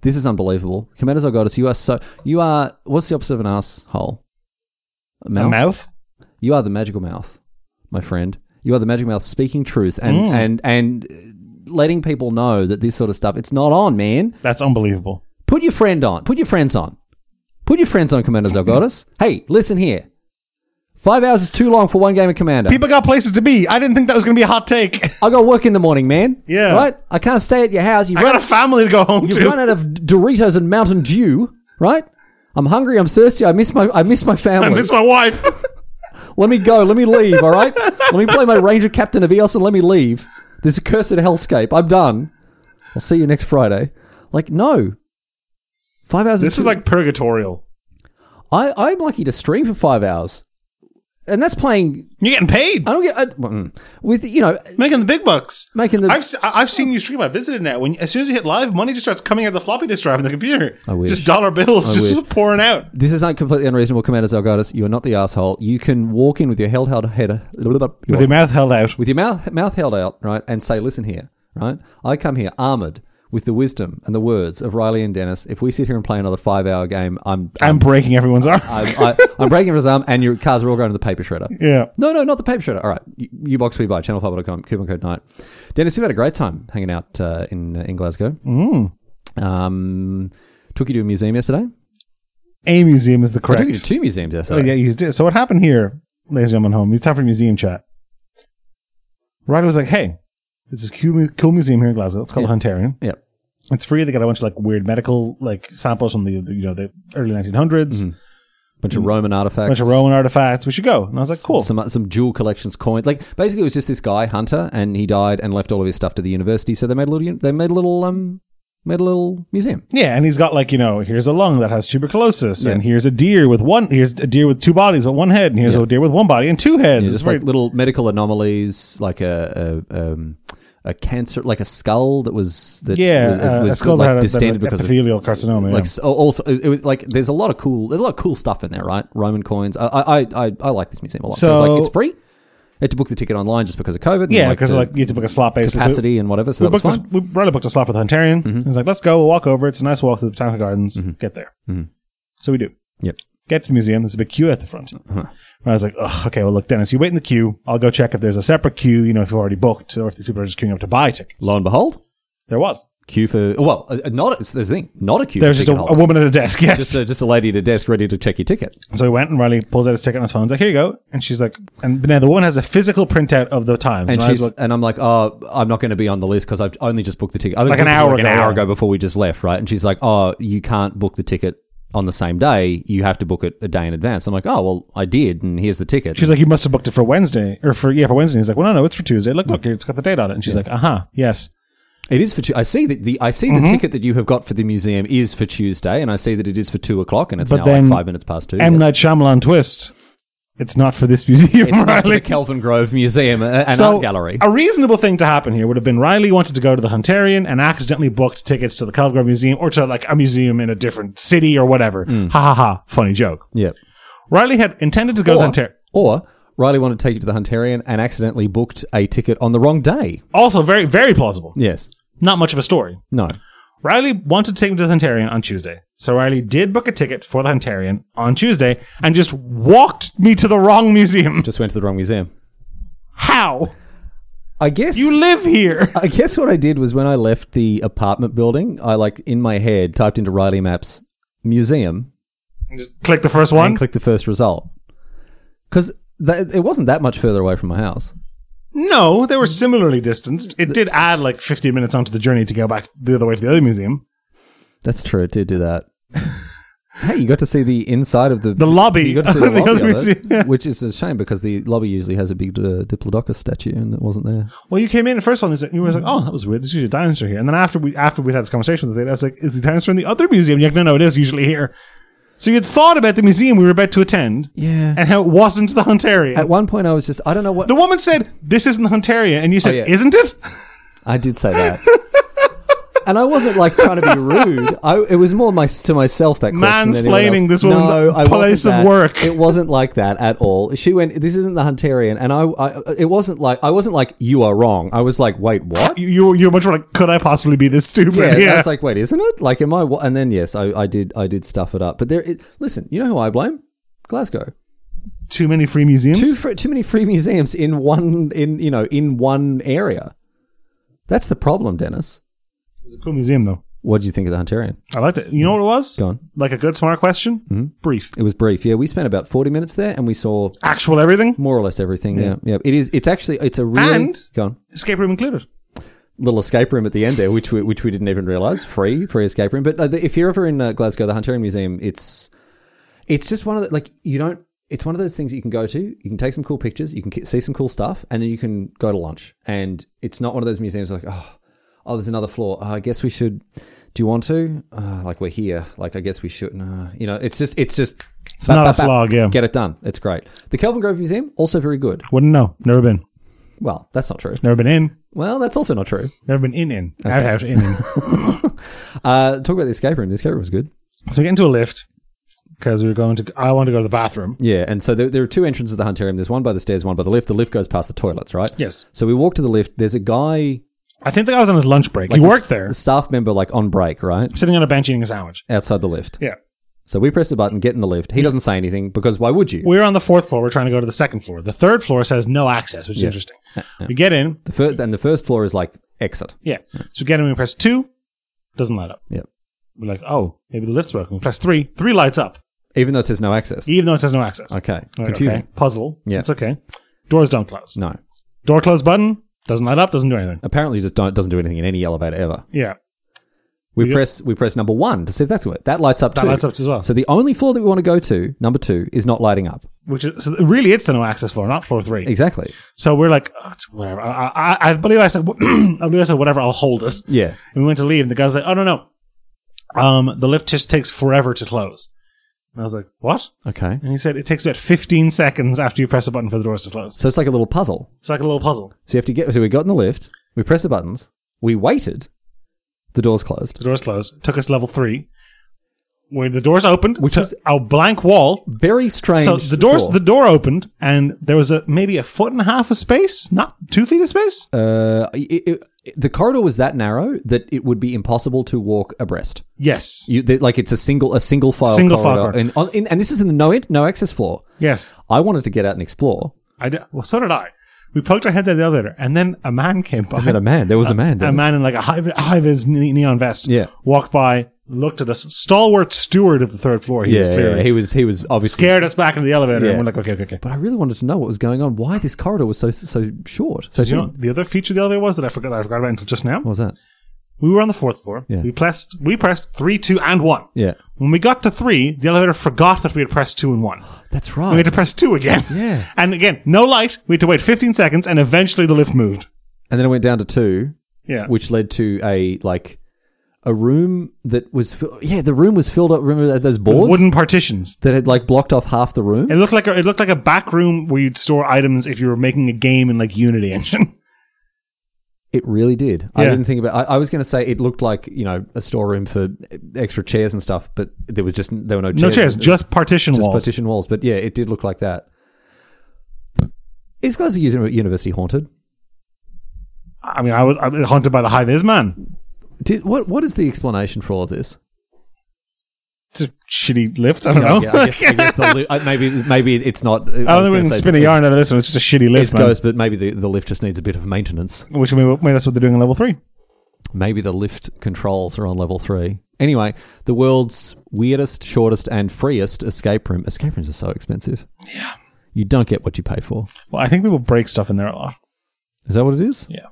Speaker 1: This is unbelievable. Commanders, I got us. You are so. You are. What's the opposite of an asshole? A
Speaker 2: A mouth.
Speaker 1: You are the magical mouth, my friend. You are the magic mouth speaking truth and
Speaker 2: Mm.
Speaker 1: and and uh, letting people know that this sort of stuff it's not on, man.
Speaker 2: That's unbelievable.
Speaker 1: Put your friend on. Put your friends on. Put your friends on
Speaker 2: [LAUGHS]
Speaker 1: Commander Zalgotis. hey, listen here. Five hours is too long for one game of Commander.
Speaker 2: People got places to be. I didn't think that was going to be a hot [LAUGHS] take.
Speaker 1: I got work in the morning, man.
Speaker 2: Yeah.
Speaker 1: Right? I can't stay at your house. You've,
Speaker 2: I
Speaker 1: run,
Speaker 2: got a family to go home
Speaker 1: you've
Speaker 2: to.
Speaker 1: run out of Doritos and Mountain Dew, right? I'm hungry, I'm thirsty, I miss my I miss my family.
Speaker 2: [LAUGHS] I miss my wife.
Speaker 1: let me go, let me leave, all right? let me play my Ranger Captain of Eos and let me leave. This accursed hellscape. I'm done. I'll see you next Friday. Like, no. Five hours
Speaker 2: [LAUGHS] this
Speaker 1: too
Speaker 2: is like purgatorial.
Speaker 1: I, I'm lucky to stream for five hours, and that's playing.
Speaker 2: You're getting paid.
Speaker 1: I don't get I, mm. with you know
Speaker 2: making the big bucks.
Speaker 1: making the.
Speaker 2: I've s- I- I've seen you stream. I visited now. When as soon as you hit live, money just starts coming out of the floppy disk drive in the computer.
Speaker 1: I wish.
Speaker 2: Just dollar bills just
Speaker 1: wish.
Speaker 2: pouring out.
Speaker 1: this is not completely unreasonable, Commander Zalgatis. You are not the asshole. You can walk in with your held held head
Speaker 2: With your mouth held out.
Speaker 1: with your mouth mouth held out, right, and say, "Listen here, right? I come here armored with the wisdom and the words of Riley and Dennis. If we sit here and play another five hour game, I'm
Speaker 2: I'm breaking everyone's arm.
Speaker 1: I'm, I, I'm breaking everyone's arm, and your cars are all going to the paper shredder."
Speaker 2: yeah.
Speaker 1: No, no, not the paper shredder. All right. U- Ubox we buy, channel5.com, coupon code night. Dennis, we've had a great time hanging out uh, in uh, in Glasgow.
Speaker 2: Mm.
Speaker 1: Um, took you to a museum yesterday.
Speaker 2: [LAUGHS] A museum is the
Speaker 1: I took you
Speaker 2: correct.
Speaker 1: to two museums
Speaker 2: Oh,
Speaker 1: yesterday.
Speaker 2: yeah, you did. So what happened here, ladies and gentlemen, at home? It's time for museum chat. Ryder was like, "Hey, this is a cool, mu- cool museum here in Glasgow. It's called the Hunterian.
Speaker 1: yeah.
Speaker 2: It's free. They got a bunch of like weird medical like samples from the, the you know the early 1900s,
Speaker 1: Mm-hmm. bunch of Roman artifacts.
Speaker 2: a Mm. bunch of Roman artifacts. We should go. And I was like, cool.
Speaker 1: Some some jewel collections coins. Like basically, it was just this guy Hunter, and he died and left all of his stuff to the university. So they made a little. uni- They made a little. Um, made a little museum.
Speaker 2: Yeah, and he's got like you know, here's a lung that has tuberculosis, and here's a deer with one, here's a deer with two bodies but one head, and here's a deer with one body and two heads.
Speaker 1: It's
Speaker 2: it's
Speaker 1: just
Speaker 2: very,
Speaker 1: like little medical anomalies, like a. a um, a cancer, like a skull that was that
Speaker 2: yeah,
Speaker 1: was,
Speaker 2: uh,
Speaker 1: was
Speaker 2: a skull that
Speaker 1: like
Speaker 2: had a-
Speaker 1: distended
Speaker 2: that had
Speaker 1: because of
Speaker 2: epithelial carcinoma. yeah.
Speaker 1: like so- also it it was like there's a lot of cool there's a lot of cool stuff in there right roman coins i i i, I- I like this museum a lot so, it's
Speaker 2: So-
Speaker 1: like it's free i had to book the ticket online just because of covid and,
Speaker 2: yeah, because
Speaker 1: the
Speaker 2: like, you have to book a slot basis. So
Speaker 1: capacity Mm-hmm. and whatever so
Speaker 2: we
Speaker 1: that was
Speaker 2: booked. A,
Speaker 1: fine
Speaker 2: we really booked a slot for the Hunterian. He's like, let's go. We'll walk over. It's a nice walk through the botanical gardens. Get there. So we do.
Speaker 1: Mm-hmm. yep Uh-huh.
Speaker 2: Get to the museum. There's a big queue at the front. And I was like, Ugh, okay, well, look, Dennis, you wait in the queue. I'll go check if there's a separate queue. You know, if you've already booked, or if these people are just queuing up to buy tickets.
Speaker 1: lo and behold
Speaker 2: There was.
Speaker 1: queue for well uh, not it's there's the thing not a queue
Speaker 2: There
Speaker 1: for
Speaker 2: was just a,
Speaker 1: ticket
Speaker 2: a
Speaker 1: holders.
Speaker 2: woman at a desk. Yes.
Speaker 1: just a, just a lady at a desk ready to check your ticket.
Speaker 2: So we went and Riley pulls out his ticket on his phone. He's like, here you go. And she's like, and now the woman has a physical printout of the times.
Speaker 1: And
Speaker 2: I was
Speaker 1: she's
Speaker 2: like,
Speaker 1: and I'm like, oh, I'm not going to be on the list because I've only just booked the ticket. I think
Speaker 2: Like
Speaker 1: I
Speaker 2: an
Speaker 1: booked it
Speaker 2: hour
Speaker 1: like an
Speaker 2: ago,
Speaker 1: hour
Speaker 2: yeah.
Speaker 1: ago before we just left, right? And she's like, oh, you can't book the ticket on the same day. You have to book it a day in advance. I'm like, oh, well, I did, and here's the ticket.
Speaker 2: she's like, you must have booked it for Wednesday or for, yeah, for Wednesday. He's like, well, no, no, it's for Tuesday. Look,
Speaker 1: Mm.
Speaker 2: look, it's got the date on it. And she's like, uh huh, yes.
Speaker 1: It is for. Tu- I see that the I see
Speaker 2: Mm-hmm.
Speaker 1: the ticket that you have got for the museum is for Tuesday, and I see that it is for two o'clock, and it's
Speaker 2: But
Speaker 1: now
Speaker 2: then
Speaker 1: like five minutes past two.
Speaker 2: M.
Speaker 1: yes.
Speaker 2: Night Shyamalan twist. It's not for this museum, [LAUGHS]
Speaker 1: it's not for the
Speaker 2: Riley.
Speaker 1: Kelvin Grove Museum, a- an art gallery.
Speaker 2: A reasonable thing to happen here would have been Riley wanted to go to the Hunterian and accidentally booked tickets to the Calgrove Museum or to like a museum in a different city or whatever.
Speaker 1: Mm.
Speaker 2: Ha ha ha. Funny joke.
Speaker 1: yeah.
Speaker 2: Riley had intended to go to the
Speaker 1: Or,
Speaker 2: Hunterian.
Speaker 1: or Riley wanted to take you to the Hunterian and accidentally booked a ticket on the wrong day.
Speaker 2: Also, very, very plausible.
Speaker 1: Yes.
Speaker 2: Not much of a story.
Speaker 1: No.
Speaker 2: Riley wanted to take him to the Hunterian on Tuesday. So Riley did book a ticket for the Hunterian on Tuesday and just walked me to the wrong museum. [LAUGHS]
Speaker 1: Just went to the wrong museum.
Speaker 2: How?
Speaker 1: I guess
Speaker 2: You live here.
Speaker 1: I guess what I did was when I left the apartment building, I like in my head typed into Riley Maps museum
Speaker 2: Click the first one.
Speaker 1: and clicked the first result. Cuz it wasn't that much further away from my house.
Speaker 2: no, they were similarly distanced. It did add like 15 minutes onto the journey to go back the other way to the other museum.
Speaker 1: That's true. It did do
Speaker 2: [LAUGHS]
Speaker 1: that. hey, you got to see the inside of the
Speaker 2: The lobby
Speaker 1: You got to see
Speaker 2: of
Speaker 1: the,
Speaker 2: [LAUGHS] the
Speaker 1: lobby
Speaker 2: other
Speaker 1: of it,
Speaker 2: museum, yeah.
Speaker 1: which is a shame because the lobby usually has a big uh, Diplodocus statue, and it wasn't there.
Speaker 2: Well, you came in the first one. And you were
Speaker 1: Mm-hmm.
Speaker 2: like, oh, that was weird. There's usually a dinosaur here. And then after we after we had this conversation with it, I was like, is the dinosaur in the other museum? You're like, no, no, it is usually here. So you had thought about the museum we were about to attend.
Speaker 1: Yeah.
Speaker 2: And how it wasn't the Hunterian.
Speaker 1: At one point, I was just I don't know what
Speaker 2: The woman said, "This isn't the Hunterian," and you said,
Speaker 1: Oh, yeah.
Speaker 2: "Isn't it?"
Speaker 1: I did say
Speaker 2: [LAUGHS]
Speaker 1: that. And I wasn't like trying to be rude. I, it was more my, to myself that question. than anyone
Speaker 2: Mansplaining
Speaker 1: else.
Speaker 2: this woman's
Speaker 1: No, I wasn't
Speaker 2: place of
Speaker 1: that.
Speaker 2: work.
Speaker 1: It wasn't like that at all. She went, "This isn't the Hunterian," and I, I, it wasn't like I wasn't like you are wrong. I was like, "Wait,
Speaker 2: [LAUGHS]
Speaker 1: what?"
Speaker 2: You, you, you're much more like, "Could I possibly be this stupid?"
Speaker 1: Yeah, I was like, "Wait, isn't it?" Like, am I? wa-" And then yes, I, I did. I did stuff it up. But there, it, listen, you know who I blame? Glasgow.
Speaker 2: too many free museums.
Speaker 1: Too fr- too many free museums in one in you know in one area. That's the problem, Dennis.
Speaker 2: It's a cool museum though.
Speaker 1: What did you think of the Hunterian?
Speaker 2: I liked it. You know what it was?
Speaker 1: Go on. Mm-hmm.
Speaker 2: Like a good smart question. Brief.
Speaker 1: It was brief. Yeah, we spent about forty minutes there, and we saw
Speaker 2: Actual everything.
Speaker 1: more or less everything. Yeah, yeah. It is. It's actually. It's a really
Speaker 2: And-
Speaker 1: go on.
Speaker 2: Escape room included.
Speaker 1: little escape room at the end there, which we, which we didn't even realize. Free, free escape room. But uh, the, if you're ever in uh, Glasgow, the Hunterian Museum, it's it's just one of the like you don't. It's one of those things you can go to. You can take some cool pictures. You can ki- see some cool stuff, and then you can go to lunch. And it's not one of those museums like oh, oh, there's another floor. Uh, I guess we should. Do you want to? Uh, like we're here. Like I guess we should. Uh, you know, it's just it's just. It's
Speaker 2: not a slog, yeah.
Speaker 1: Get it done. It's great. The Kelvin Grove Museum also very good.
Speaker 2: Wouldn't know. Never been.
Speaker 1: Well, that's not true.
Speaker 2: Never been in.
Speaker 1: Well, that's also not true.
Speaker 2: Never been in. In. Out. Out. In. In.
Speaker 1: Uh, talk about the escape room. The escape room was good.
Speaker 2: so we get into a lift because we were going to. I want to go to the bathroom.
Speaker 1: Yeah, and so there, there are two entrances to the Hunterium. There's one by the stairs, one by the lift. The lift goes past the toilets, right?
Speaker 2: Yes.
Speaker 1: So we walk to the lift. There's a guy.
Speaker 2: I think the guy was on his lunch break. he
Speaker 1: a s-
Speaker 2: worked there,
Speaker 1: A staff member, like on break, right?
Speaker 2: sitting on a bench eating a sandwich.
Speaker 1: Outside the lift.
Speaker 2: Yeah.
Speaker 1: So we press the button, get in the lift. He doesn't say anything because why would you?
Speaker 2: We're on the fourth floor. We're trying to go to the second floor. The third floor says no access, which is interesting. We get in.
Speaker 1: The fir- and the first floor is like exit.
Speaker 2: Yeah. So we get in, we press two, doesn't light up.
Speaker 1: Yep.
Speaker 2: We're like, oh, maybe the lift's working. We press three, three lights up,
Speaker 1: Even though it says no access.
Speaker 2: even though it says no access.
Speaker 1: Okay.
Speaker 2: We're like,
Speaker 1: Confusing.
Speaker 2: okay, Puzzle.
Speaker 1: Yeah.
Speaker 2: It's okay. Doors don't close.
Speaker 1: No.
Speaker 2: Door close button, doesn't light up, doesn't do anything.
Speaker 1: Apparently, it just don't, doesn't do anything in any elevator ever.
Speaker 2: Yeah.
Speaker 1: We
Speaker 2: Yeah.
Speaker 1: press we press number one to see if that's what that lights up
Speaker 2: That
Speaker 1: too.
Speaker 2: lights up as well.
Speaker 1: So the only floor that we want to go to, number two, is not lighting up.
Speaker 2: Which is so really, it's the no access floor, not floor three.
Speaker 1: Exactly.
Speaker 2: So we're like, "Oh, it's whatever. I, I, I believe I said, [CLEARS THROAT] I believe I said, whatever. I'll hold it.
Speaker 1: Yeah.
Speaker 2: And we went to leave, and the guy's like, oh no no, um, the lift just takes forever to close. And I was like, what?
Speaker 1: Okay.
Speaker 2: And he said it takes about 15 seconds after you press a button for the doors to close.
Speaker 1: So it's like a little puzzle.
Speaker 2: It's like a little puzzle.
Speaker 1: So you have to get. So we got in the lift. We pressed the buttons. We waited. The doors closed.
Speaker 2: The doors closed. Took us to level three, where the doors opened,
Speaker 1: Which
Speaker 2: which was
Speaker 1: is-
Speaker 2: a blank wall.
Speaker 1: Very strange.
Speaker 2: So the doors,
Speaker 1: floor.
Speaker 2: the door opened, and there was a maybe a foot and a half of space, not two feet of space.
Speaker 1: Uh, it, it, the corridor was that narrow that it would be impossible to walk abreast.
Speaker 2: yes,
Speaker 1: You they, like it's a single a single file
Speaker 2: Single file
Speaker 1: corridor,
Speaker 2: corridor.
Speaker 1: and on, in, and this is in the no in, no access floor.
Speaker 2: yes.
Speaker 1: I wanted to get out and explore.
Speaker 2: I did, well, so did I. We poked our heads out the elevator, and then a man came by.
Speaker 1: I had a man. There was Uh, a man.
Speaker 2: a
Speaker 1: Dennis.
Speaker 2: man in like a high, high vis neon vest.
Speaker 1: Yeah.
Speaker 2: walked by, looked at us. Stalwart steward of the third floor. He was
Speaker 1: Yeah,
Speaker 2: clearly
Speaker 1: yeah, he was he was obviously.
Speaker 2: scared us back into the elevator,
Speaker 1: Yeah.
Speaker 2: and we're like, okay, okay, okay.
Speaker 1: But I really wanted to know what was going on. Why this corridor was so so short? So
Speaker 2: Do you
Speaker 1: thin.
Speaker 2: know what the other feature of the elevator was that I forgot that I forgot about until just now?
Speaker 1: what was that?
Speaker 2: We were on the fourth floor.
Speaker 1: Yeah.
Speaker 2: We pressed we pressed three, two, and one.
Speaker 1: Yeah,
Speaker 2: When we got to three, the elevator forgot that we had pressed two and one.
Speaker 1: that's
Speaker 2: We
Speaker 1: right.
Speaker 2: had to press two again.
Speaker 1: Yeah.
Speaker 2: [LAUGHS] And again, no light. We had to wait 15 seconds, and eventually the lift moved.
Speaker 1: And then I went down to two,
Speaker 2: Yeah.
Speaker 1: which led to a like a room that was fill- yeah the room was filled up. Remember those boards
Speaker 2: wooden partitions.
Speaker 1: that had like blocked off half the room.
Speaker 2: It looked like a, it looked like a back room where you'd store items if you were making a game in like Unity Engine. [LAUGHS]
Speaker 1: It really did. I
Speaker 2: Yeah.
Speaker 1: didn't think about. I, I was going to say it looked like you know a storeroom for extra chairs and stuff, but there was just there were no chairs,
Speaker 2: no chairs, just partition
Speaker 1: just
Speaker 2: walls.
Speaker 1: partition walls. But yeah, it did look like that. Is Glasgow Uni- University haunted?
Speaker 2: I mean, I was, I was haunted by the high vis man.
Speaker 1: Did what? What is the explanation for all of
Speaker 2: [LAUGHS]
Speaker 1: this?
Speaker 2: It's a shitty lift. I don't know.
Speaker 1: Yeah, I guess, I guess the, li- uh, maybe maybe it's not. I, was
Speaker 2: [LAUGHS] I don't think
Speaker 1: gonna
Speaker 2: we can
Speaker 1: say
Speaker 2: spin a
Speaker 1: it's-
Speaker 2: yarn out of this one. It's just a shitty lift,
Speaker 1: It's
Speaker 2: man.
Speaker 1: ghost, but maybe the, the lift just needs a bit of maintenance.
Speaker 2: Which maybe, maybe that's what they're doing in level three.
Speaker 1: Maybe the lift controls are on level three. Anyway, the world's weirdest, shortest, and freest escape room. Escape rooms are so expensive. Yeah. You don't get what you pay for.
Speaker 2: Well, I think people break stuff in there a lot.
Speaker 1: Is that what it is?
Speaker 2: Yeah.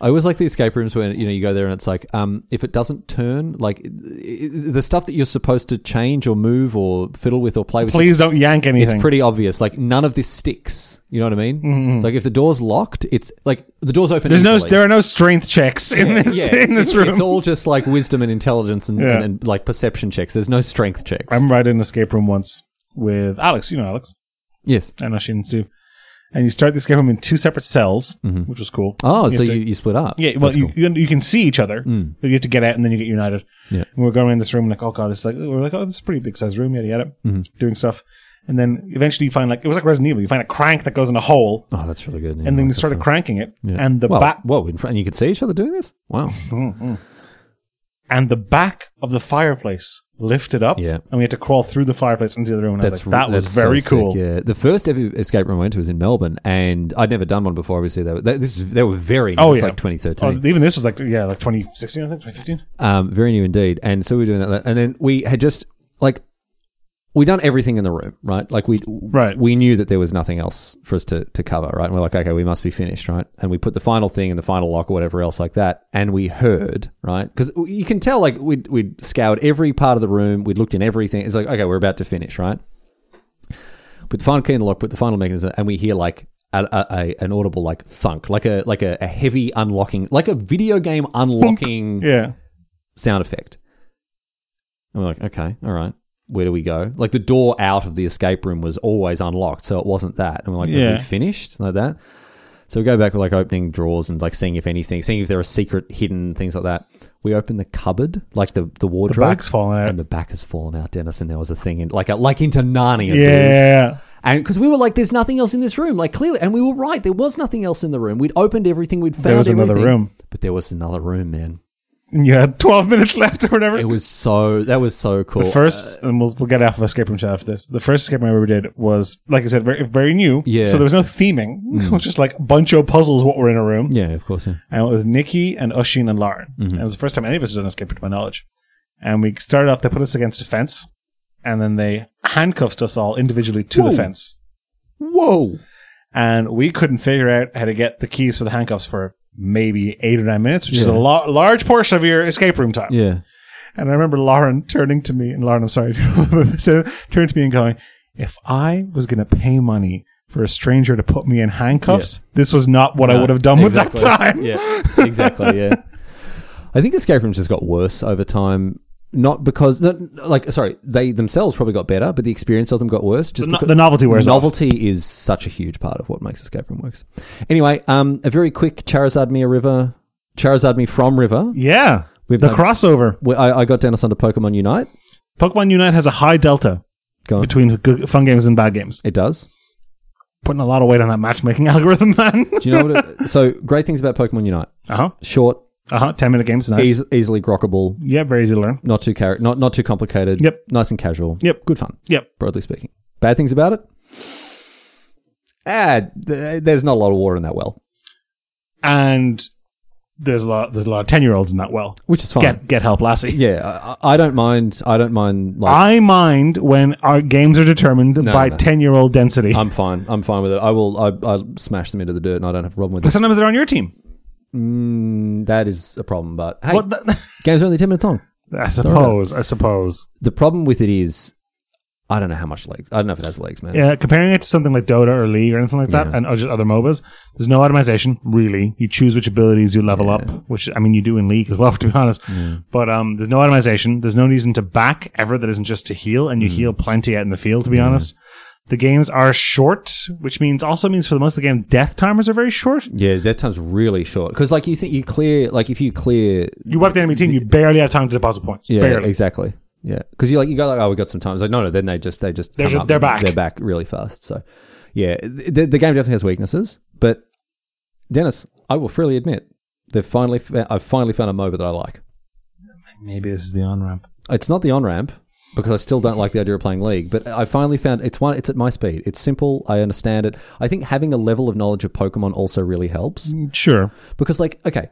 Speaker 1: I always like the escape rooms where you know you go there and it's like um, if it doesn't turn, like i- i- the stuff that you're supposed to change or move or fiddle with or play with.
Speaker 2: Please don't yank anything.
Speaker 1: It's pretty obvious. Like none of this sticks. You know what I mean? It's like if the door's locked, it's like the door's open.
Speaker 2: Mm-hmm. There's no,
Speaker 1: easily.
Speaker 2: there are no strength checks in this
Speaker 1: Yeah,
Speaker 2: in this
Speaker 1: it's,
Speaker 2: room.
Speaker 1: It's all just like wisdom and intelligence and,
Speaker 2: Yeah.
Speaker 1: and, and, like perception checks. There's no strength checks.
Speaker 2: I remember I did an escape room once with Alex. You know Alex
Speaker 1: yes.
Speaker 2: and Ashin and Steve. And you start the escape room in two separate cells, which was cool.
Speaker 1: Oh,
Speaker 2: You
Speaker 1: so
Speaker 2: have to-
Speaker 1: you, you split up.
Speaker 2: Yeah, well,
Speaker 1: That's
Speaker 2: you,
Speaker 1: cool. Mm.
Speaker 2: you, you can see each other, but you have to get out and then you get united.
Speaker 1: Yeah.
Speaker 2: And we're going in this room, like, oh god, it's like we're like, oh, this is a pretty big sized room, yada yada,
Speaker 1: Mm-hmm.
Speaker 2: doing stuff, and then eventually you find like it was like Resident Evil, you find a crank that goes in a hole,
Speaker 1: Oh, that's really good. Yeah,
Speaker 2: and
Speaker 1: like
Speaker 2: then we
Speaker 1: that
Speaker 2: started
Speaker 1: stuff.
Speaker 2: cranking it,
Speaker 1: Yeah.
Speaker 2: and the
Speaker 1: well,
Speaker 2: back
Speaker 1: Whoa! In front, and you could see each other doing this.
Speaker 2: [LAUGHS]
Speaker 1: Wow.
Speaker 2: and the back of the fireplace lifted up,
Speaker 1: Yeah.
Speaker 2: and we had to crawl through the fireplace into the other room. And I was
Speaker 1: That's
Speaker 2: like, that
Speaker 1: re-
Speaker 2: was
Speaker 1: that's so
Speaker 2: very
Speaker 1: sick,
Speaker 2: cool.
Speaker 1: Yeah, the first ever escape room I went to was in Melbourne, and I'd never done one before. Obviously, they were, they, this, they were very new.
Speaker 2: Oh,
Speaker 1: It's
Speaker 2: yeah.
Speaker 1: like 2013.
Speaker 2: Oh, even this was like yeah, like 2016, I think 2015.
Speaker 1: Um, very new indeed. And so we were doing that, and then we had just like we done everything in the room, right? Like we
Speaker 2: Right.
Speaker 1: we knew that there was nothing else for us to to cover, right? And we're like, okay, we must be finished, right? And we put the final thing in the final lock or whatever else like that, and we heard, right? Because you can tell, like we'd we'd scoured every part of the room, we'd looked in everything. It's like, okay, we're about to finish, right? Put the final key in the lock, put the final mechanism, and we hear like. A, a, a, an audible like thunk, like a like a, a heavy unlocking, like a video game unlocking
Speaker 2: Yeah,
Speaker 1: sound effect. And we're like, okay, all right, where do we go? Like the door out of the escape room was always unlocked, so it wasn't that. And we're like, yeah.
Speaker 2: Yeah.
Speaker 1: we finished like that. So we go back with like opening drawers and like seeing if anything, seeing if there are secret hidden things like that. We open the cupboard, like the the
Speaker 2: the
Speaker 1: wardrobe,
Speaker 2: back's falling out.
Speaker 1: and the back has fallen out, Dennis. And there was a thing in like a, like into Narnia. dude.
Speaker 2: yeah,
Speaker 1: And because we were like, there's nothing else in this room, like clearly, and we were right. There was nothing else in the room. We'd opened everything. We'd found
Speaker 2: there was another
Speaker 1: everything.
Speaker 2: room.
Speaker 1: but there was another room, man.
Speaker 2: And you had 12 minutes left or whatever.
Speaker 1: It was so that was so cool.
Speaker 2: The
Speaker 1: uh,
Speaker 2: first, and we'll, we'll get off of escape room chat after this. The first escape room I ever did was, like I said, very, very new.
Speaker 1: Yeah. Mm.
Speaker 2: So there was no theming. It was just like buncho puzzles what were in a room.
Speaker 1: Yeah, Mm-hmm. of course. Yeah.
Speaker 2: And it was Nikki and Ushin and Lauren. And it was the first time any of us had done escape room to my knowledge. And we started off, they put us against a fence and then they handcuffed us all individually to
Speaker 1: Whoa.
Speaker 2: the fence.
Speaker 1: Whoa!
Speaker 2: And we couldn't figure out how to get the keys for the handcuffs for maybe eight or nine minutes, which is a
Speaker 1: Yeah.
Speaker 2: lo- large portion of your escape room time.
Speaker 1: Yeah.
Speaker 2: And I remember Lauren turning to me, and Lauren, I'm sorry, [LAUGHS] so turning to me and going, "If I was going to pay money for a stranger to put me in handcuffs, this was not what I would have done with
Speaker 1: [LAUGHS]
Speaker 2: that time."
Speaker 1: Yeah, exactly. Yeah. I think escape rooms just got worse over time. Not because, not, like, sorry, they themselves probably got better, but the experience of them got worse. Just
Speaker 2: No-
Speaker 1: because
Speaker 2: the novelty wears off.
Speaker 1: novelty is such a huge part of what makes escape room works. Anyway, um, a very quick Charizard Me a River, Charizard Me from River.
Speaker 2: Yeah,
Speaker 1: We've
Speaker 2: the
Speaker 1: done-
Speaker 2: crossover.
Speaker 1: Where I, I got Dennis onto Pokemon Unite.
Speaker 2: Pokemon Unite has a high delta
Speaker 1: Go on.
Speaker 2: between good, fun games and bad games.
Speaker 1: It does.
Speaker 2: Putting a lot of weight on that matchmaking [LAUGHS] algorithm, man.
Speaker 1: Do you know what? It, [LAUGHS] so great things about Pokemon Unite:
Speaker 2: uh huh.
Speaker 1: short,
Speaker 2: Uh huh. Ten minute games, nice.
Speaker 1: eas- easily grokkable,
Speaker 2: Yeah, very easy to learn.
Speaker 1: not too car- not not too complicated.
Speaker 2: Yep.
Speaker 1: Nice and casual.
Speaker 2: Yep.
Speaker 1: Good fun.
Speaker 2: Yep.
Speaker 1: broadly speaking. Bad things about it? Ah, th- there's not a lot of water in that well,
Speaker 2: And there's a lot. There's a lot of ten year olds in that well.
Speaker 1: which is fine.
Speaker 2: Get get help, Lassie.
Speaker 1: Yeah, I, I don't mind. I don't mind. Like,
Speaker 2: I mind when our games are determined by
Speaker 1: no. Um,
Speaker 2: ten year old density.
Speaker 1: I'm fine. I'm fine with it. I will. I, I smash them into the dirt, and I don't have a problem with
Speaker 2: but [LAUGHS]
Speaker 1: it.
Speaker 2: sometimes they're on your team.
Speaker 1: Mm, that is a problem, but hey,
Speaker 2: What the-
Speaker 1: games are only ten minutes long.
Speaker 2: [LAUGHS] I suppose. I suppose.
Speaker 1: The problem with it is, I don't know how much legs. I don't know if it has legs, man.
Speaker 2: Yeah, comparing it to something like Dota or League or anything like that, and or just other MOBAs, there's no automation really. You choose which abilities you level up, which I mean you do in League as well, [LAUGHS] to be honest. But um, there's no automation. There's no reason to back ever that isn't just to heal, and you
Speaker 1: Mm.
Speaker 2: heal plenty out in the field. To be honest, the games are short, which means also means for the most of the game, death timers are very short.
Speaker 1: Yeah, death time's really short because, like, you think you clear, like, if you clear
Speaker 2: You wipe the enemy team, you barely have time to deposit points.
Speaker 1: Yeah,
Speaker 2: barely.
Speaker 1: exactly. Yeah, because you like you go like, oh, we got some time. It's like no, no. Then they just they just
Speaker 2: They're
Speaker 1: come
Speaker 2: ju-
Speaker 1: up
Speaker 2: they're
Speaker 1: and
Speaker 2: back.
Speaker 1: They're back really fast. So yeah, the, the game definitely has weaknesses. But Dennis, I will freely admit, they've finally fa- I've finally found a MOBA that I like.
Speaker 2: Maybe this is the on ramp.
Speaker 1: It's not the on ramp because I still don't like the idea of playing League. But I finally found it's one. It's at my speed. It's simple. I understand it. I think having a level of knowledge of Pokemon also really helps
Speaker 2: Sure.
Speaker 1: because like okay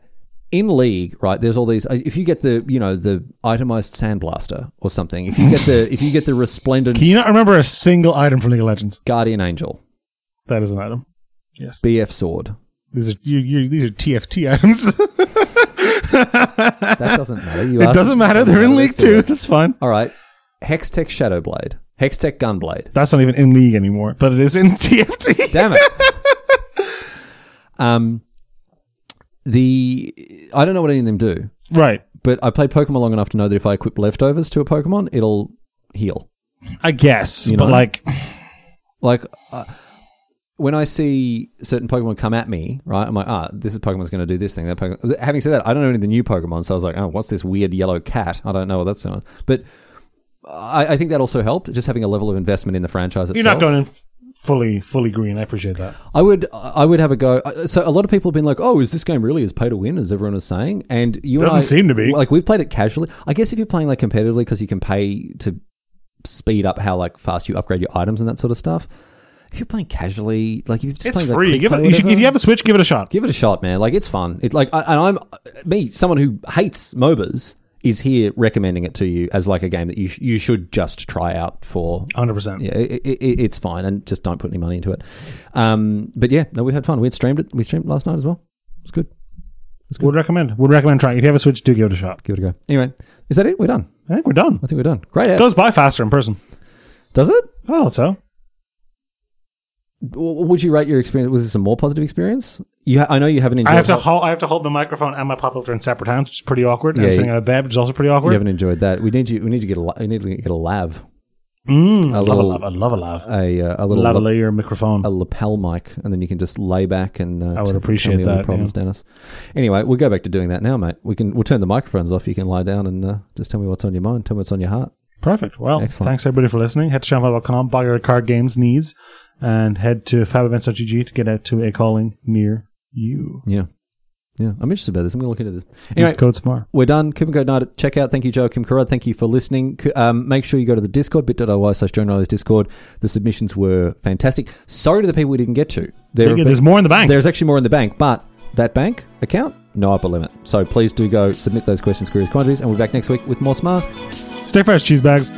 Speaker 1: in league right there's all these uh, if you get the you know the itemized sandblaster or something if you get the if you get the resplendent
Speaker 2: Can you not remember a single item from League of Legends?
Speaker 1: guardian angel
Speaker 2: That is an item. Yes.
Speaker 1: bf sword
Speaker 2: These are you, you, these are TFT [LAUGHS] items.
Speaker 1: that doesn't matter you
Speaker 2: [LAUGHS] it
Speaker 1: asked-
Speaker 2: doesn't matter. They're in League
Speaker 1: Let's do
Speaker 2: Two.
Speaker 1: it.
Speaker 2: That's fine.
Speaker 1: all right hextech shadowblade hextech gunblade
Speaker 2: That's not even in League anymore, but it is
Speaker 1: [LAUGHS]
Speaker 2: in [LAUGHS] TFT.
Speaker 1: damn
Speaker 2: [LAUGHS]
Speaker 1: it um the i don't know what any of them do
Speaker 2: right.
Speaker 1: but i played pokemon long enough to know that if i equip leftovers to a pokemon it'll heal
Speaker 2: I guess.
Speaker 1: You
Speaker 2: but
Speaker 1: know?
Speaker 2: like,
Speaker 1: like uh, when I see certain Pokemon come at me, right? I'm like, ah, this is Pokemon's going to do this thing. That Pokemon. Having said that, I don't know any of the new Pokemon, so I was like, oh, what's this weird yellow cat? I don't know what that's on. But I, I think that also helped, just having a level of investment in the franchise itself.
Speaker 2: you're not going in f- fully fully green. I appreciate that.
Speaker 1: I would, I would have a go. Uh, So a lot of people have been like, oh, is this game really as pay to win as everyone is saying? And you and
Speaker 2: Doesn't
Speaker 1: I-
Speaker 2: seem to be.
Speaker 1: Like we've played it casually. I guess if you're playing like competitively, because you can pay to speed up how like fast you upgrade your items and that sort of stuff. If you're playing casually, like you've just
Speaker 2: It's
Speaker 1: playing, like,
Speaker 2: free. Give
Speaker 1: quick
Speaker 2: it.
Speaker 1: play
Speaker 2: You should,
Speaker 1: whatever,
Speaker 2: if you have a Switch, give it a shot.
Speaker 1: give it a shot, man. Like it's fun. It's like, I, and I'm me, someone who hates MOBAs, is here recommending it to you as like a game that you sh- you should just try out for
Speaker 2: Hundred percent.
Speaker 1: yeah, it, it, it- it's fine, and just don't put any money into it. Um, but yeah, no, we had fun. We had streamed it. We streamed it last night as well. It's good.
Speaker 2: Would recommend. Would recommend trying. If you have a Switch, do give it a shot.
Speaker 1: Give it a go. Anyway, is that it? We're done.
Speaker 2: I think we're done.
Speaker 1: I think we're done. Great. Out.
Speaker 2: Goes by faster in person.
Speaker 1: Does it?
Speaker 2: Oh, so
Speaker 1: W- Would you rate your experience? Was this a more positive experience? You, ha- I know you haven't enjoyed.
Speaker 2: I have to hold. I have to hold my microphone and my pop filter in separate hands, which is pretty awkward.
Speaker 1: Yeah,
Speaker 2: and sitting
Speaker 1: you-
Speaker 2: on a bed, which is also pretty
Speaker 1: You
Speaker 2: awkward.
Speaker 1: haven't enjoyed that. We need you. We need to get a. la- We need to get a lav.
Speaker 2: Mm, I love a
Speaker 1: little-
Speaker 2: lav. I love a lav.
Speaker 1: A uh, a little
Speaker 2: Lav
Speaker 1: la-
Speaker 2: layer microphone.
Speaker 1: a lapel mic, and then you can just lay back and. Uh,
Speaker 2: I would
Speaker 1: t-
Speaker 2: appreciate
Speaker 1: tell me all your
Speaker 2: that,
Speaker 1: problems, Dennis. Anyway, we'll go back to doing that now, mate. We can. We'll turn the microphones off. You can lie down and uh, just tell me what's on your mind. Tell me what's on your heart.
Speaker 2: Perfect. Well,
Speaker 1: Excellent.
Speaker 2: thanks everybody for listening. Head to shamfile.com, buy your card games needs, and head to fabevents.gg to get out to a calling near you.
Speaker 1: Yeah. Yeah. I'm interested about this. I'm going to look into this.
Speaker 2: Use
Speaker 1: Anyway,
Speaker 2: code SMART.
Speaker 1: we're done. Kim and Goat Night at checkout. Thank you, Joe Kim Karad. Thank you for listening. C- Um, make sure you go to the Discord, bit.ly slash Joe Riley's Discord. The submissions were fantastic. Sorry to the people we didn't get to. There, have
Speaker 2: There's more in the bank.
Speaker 1: been- there's actually more in the bank, but that bank account, no upper limit. So please do go submit those questions, queries, quantities, and we'll be back next week with more smart.
Speaker 2: Stay fresh, cheese bags.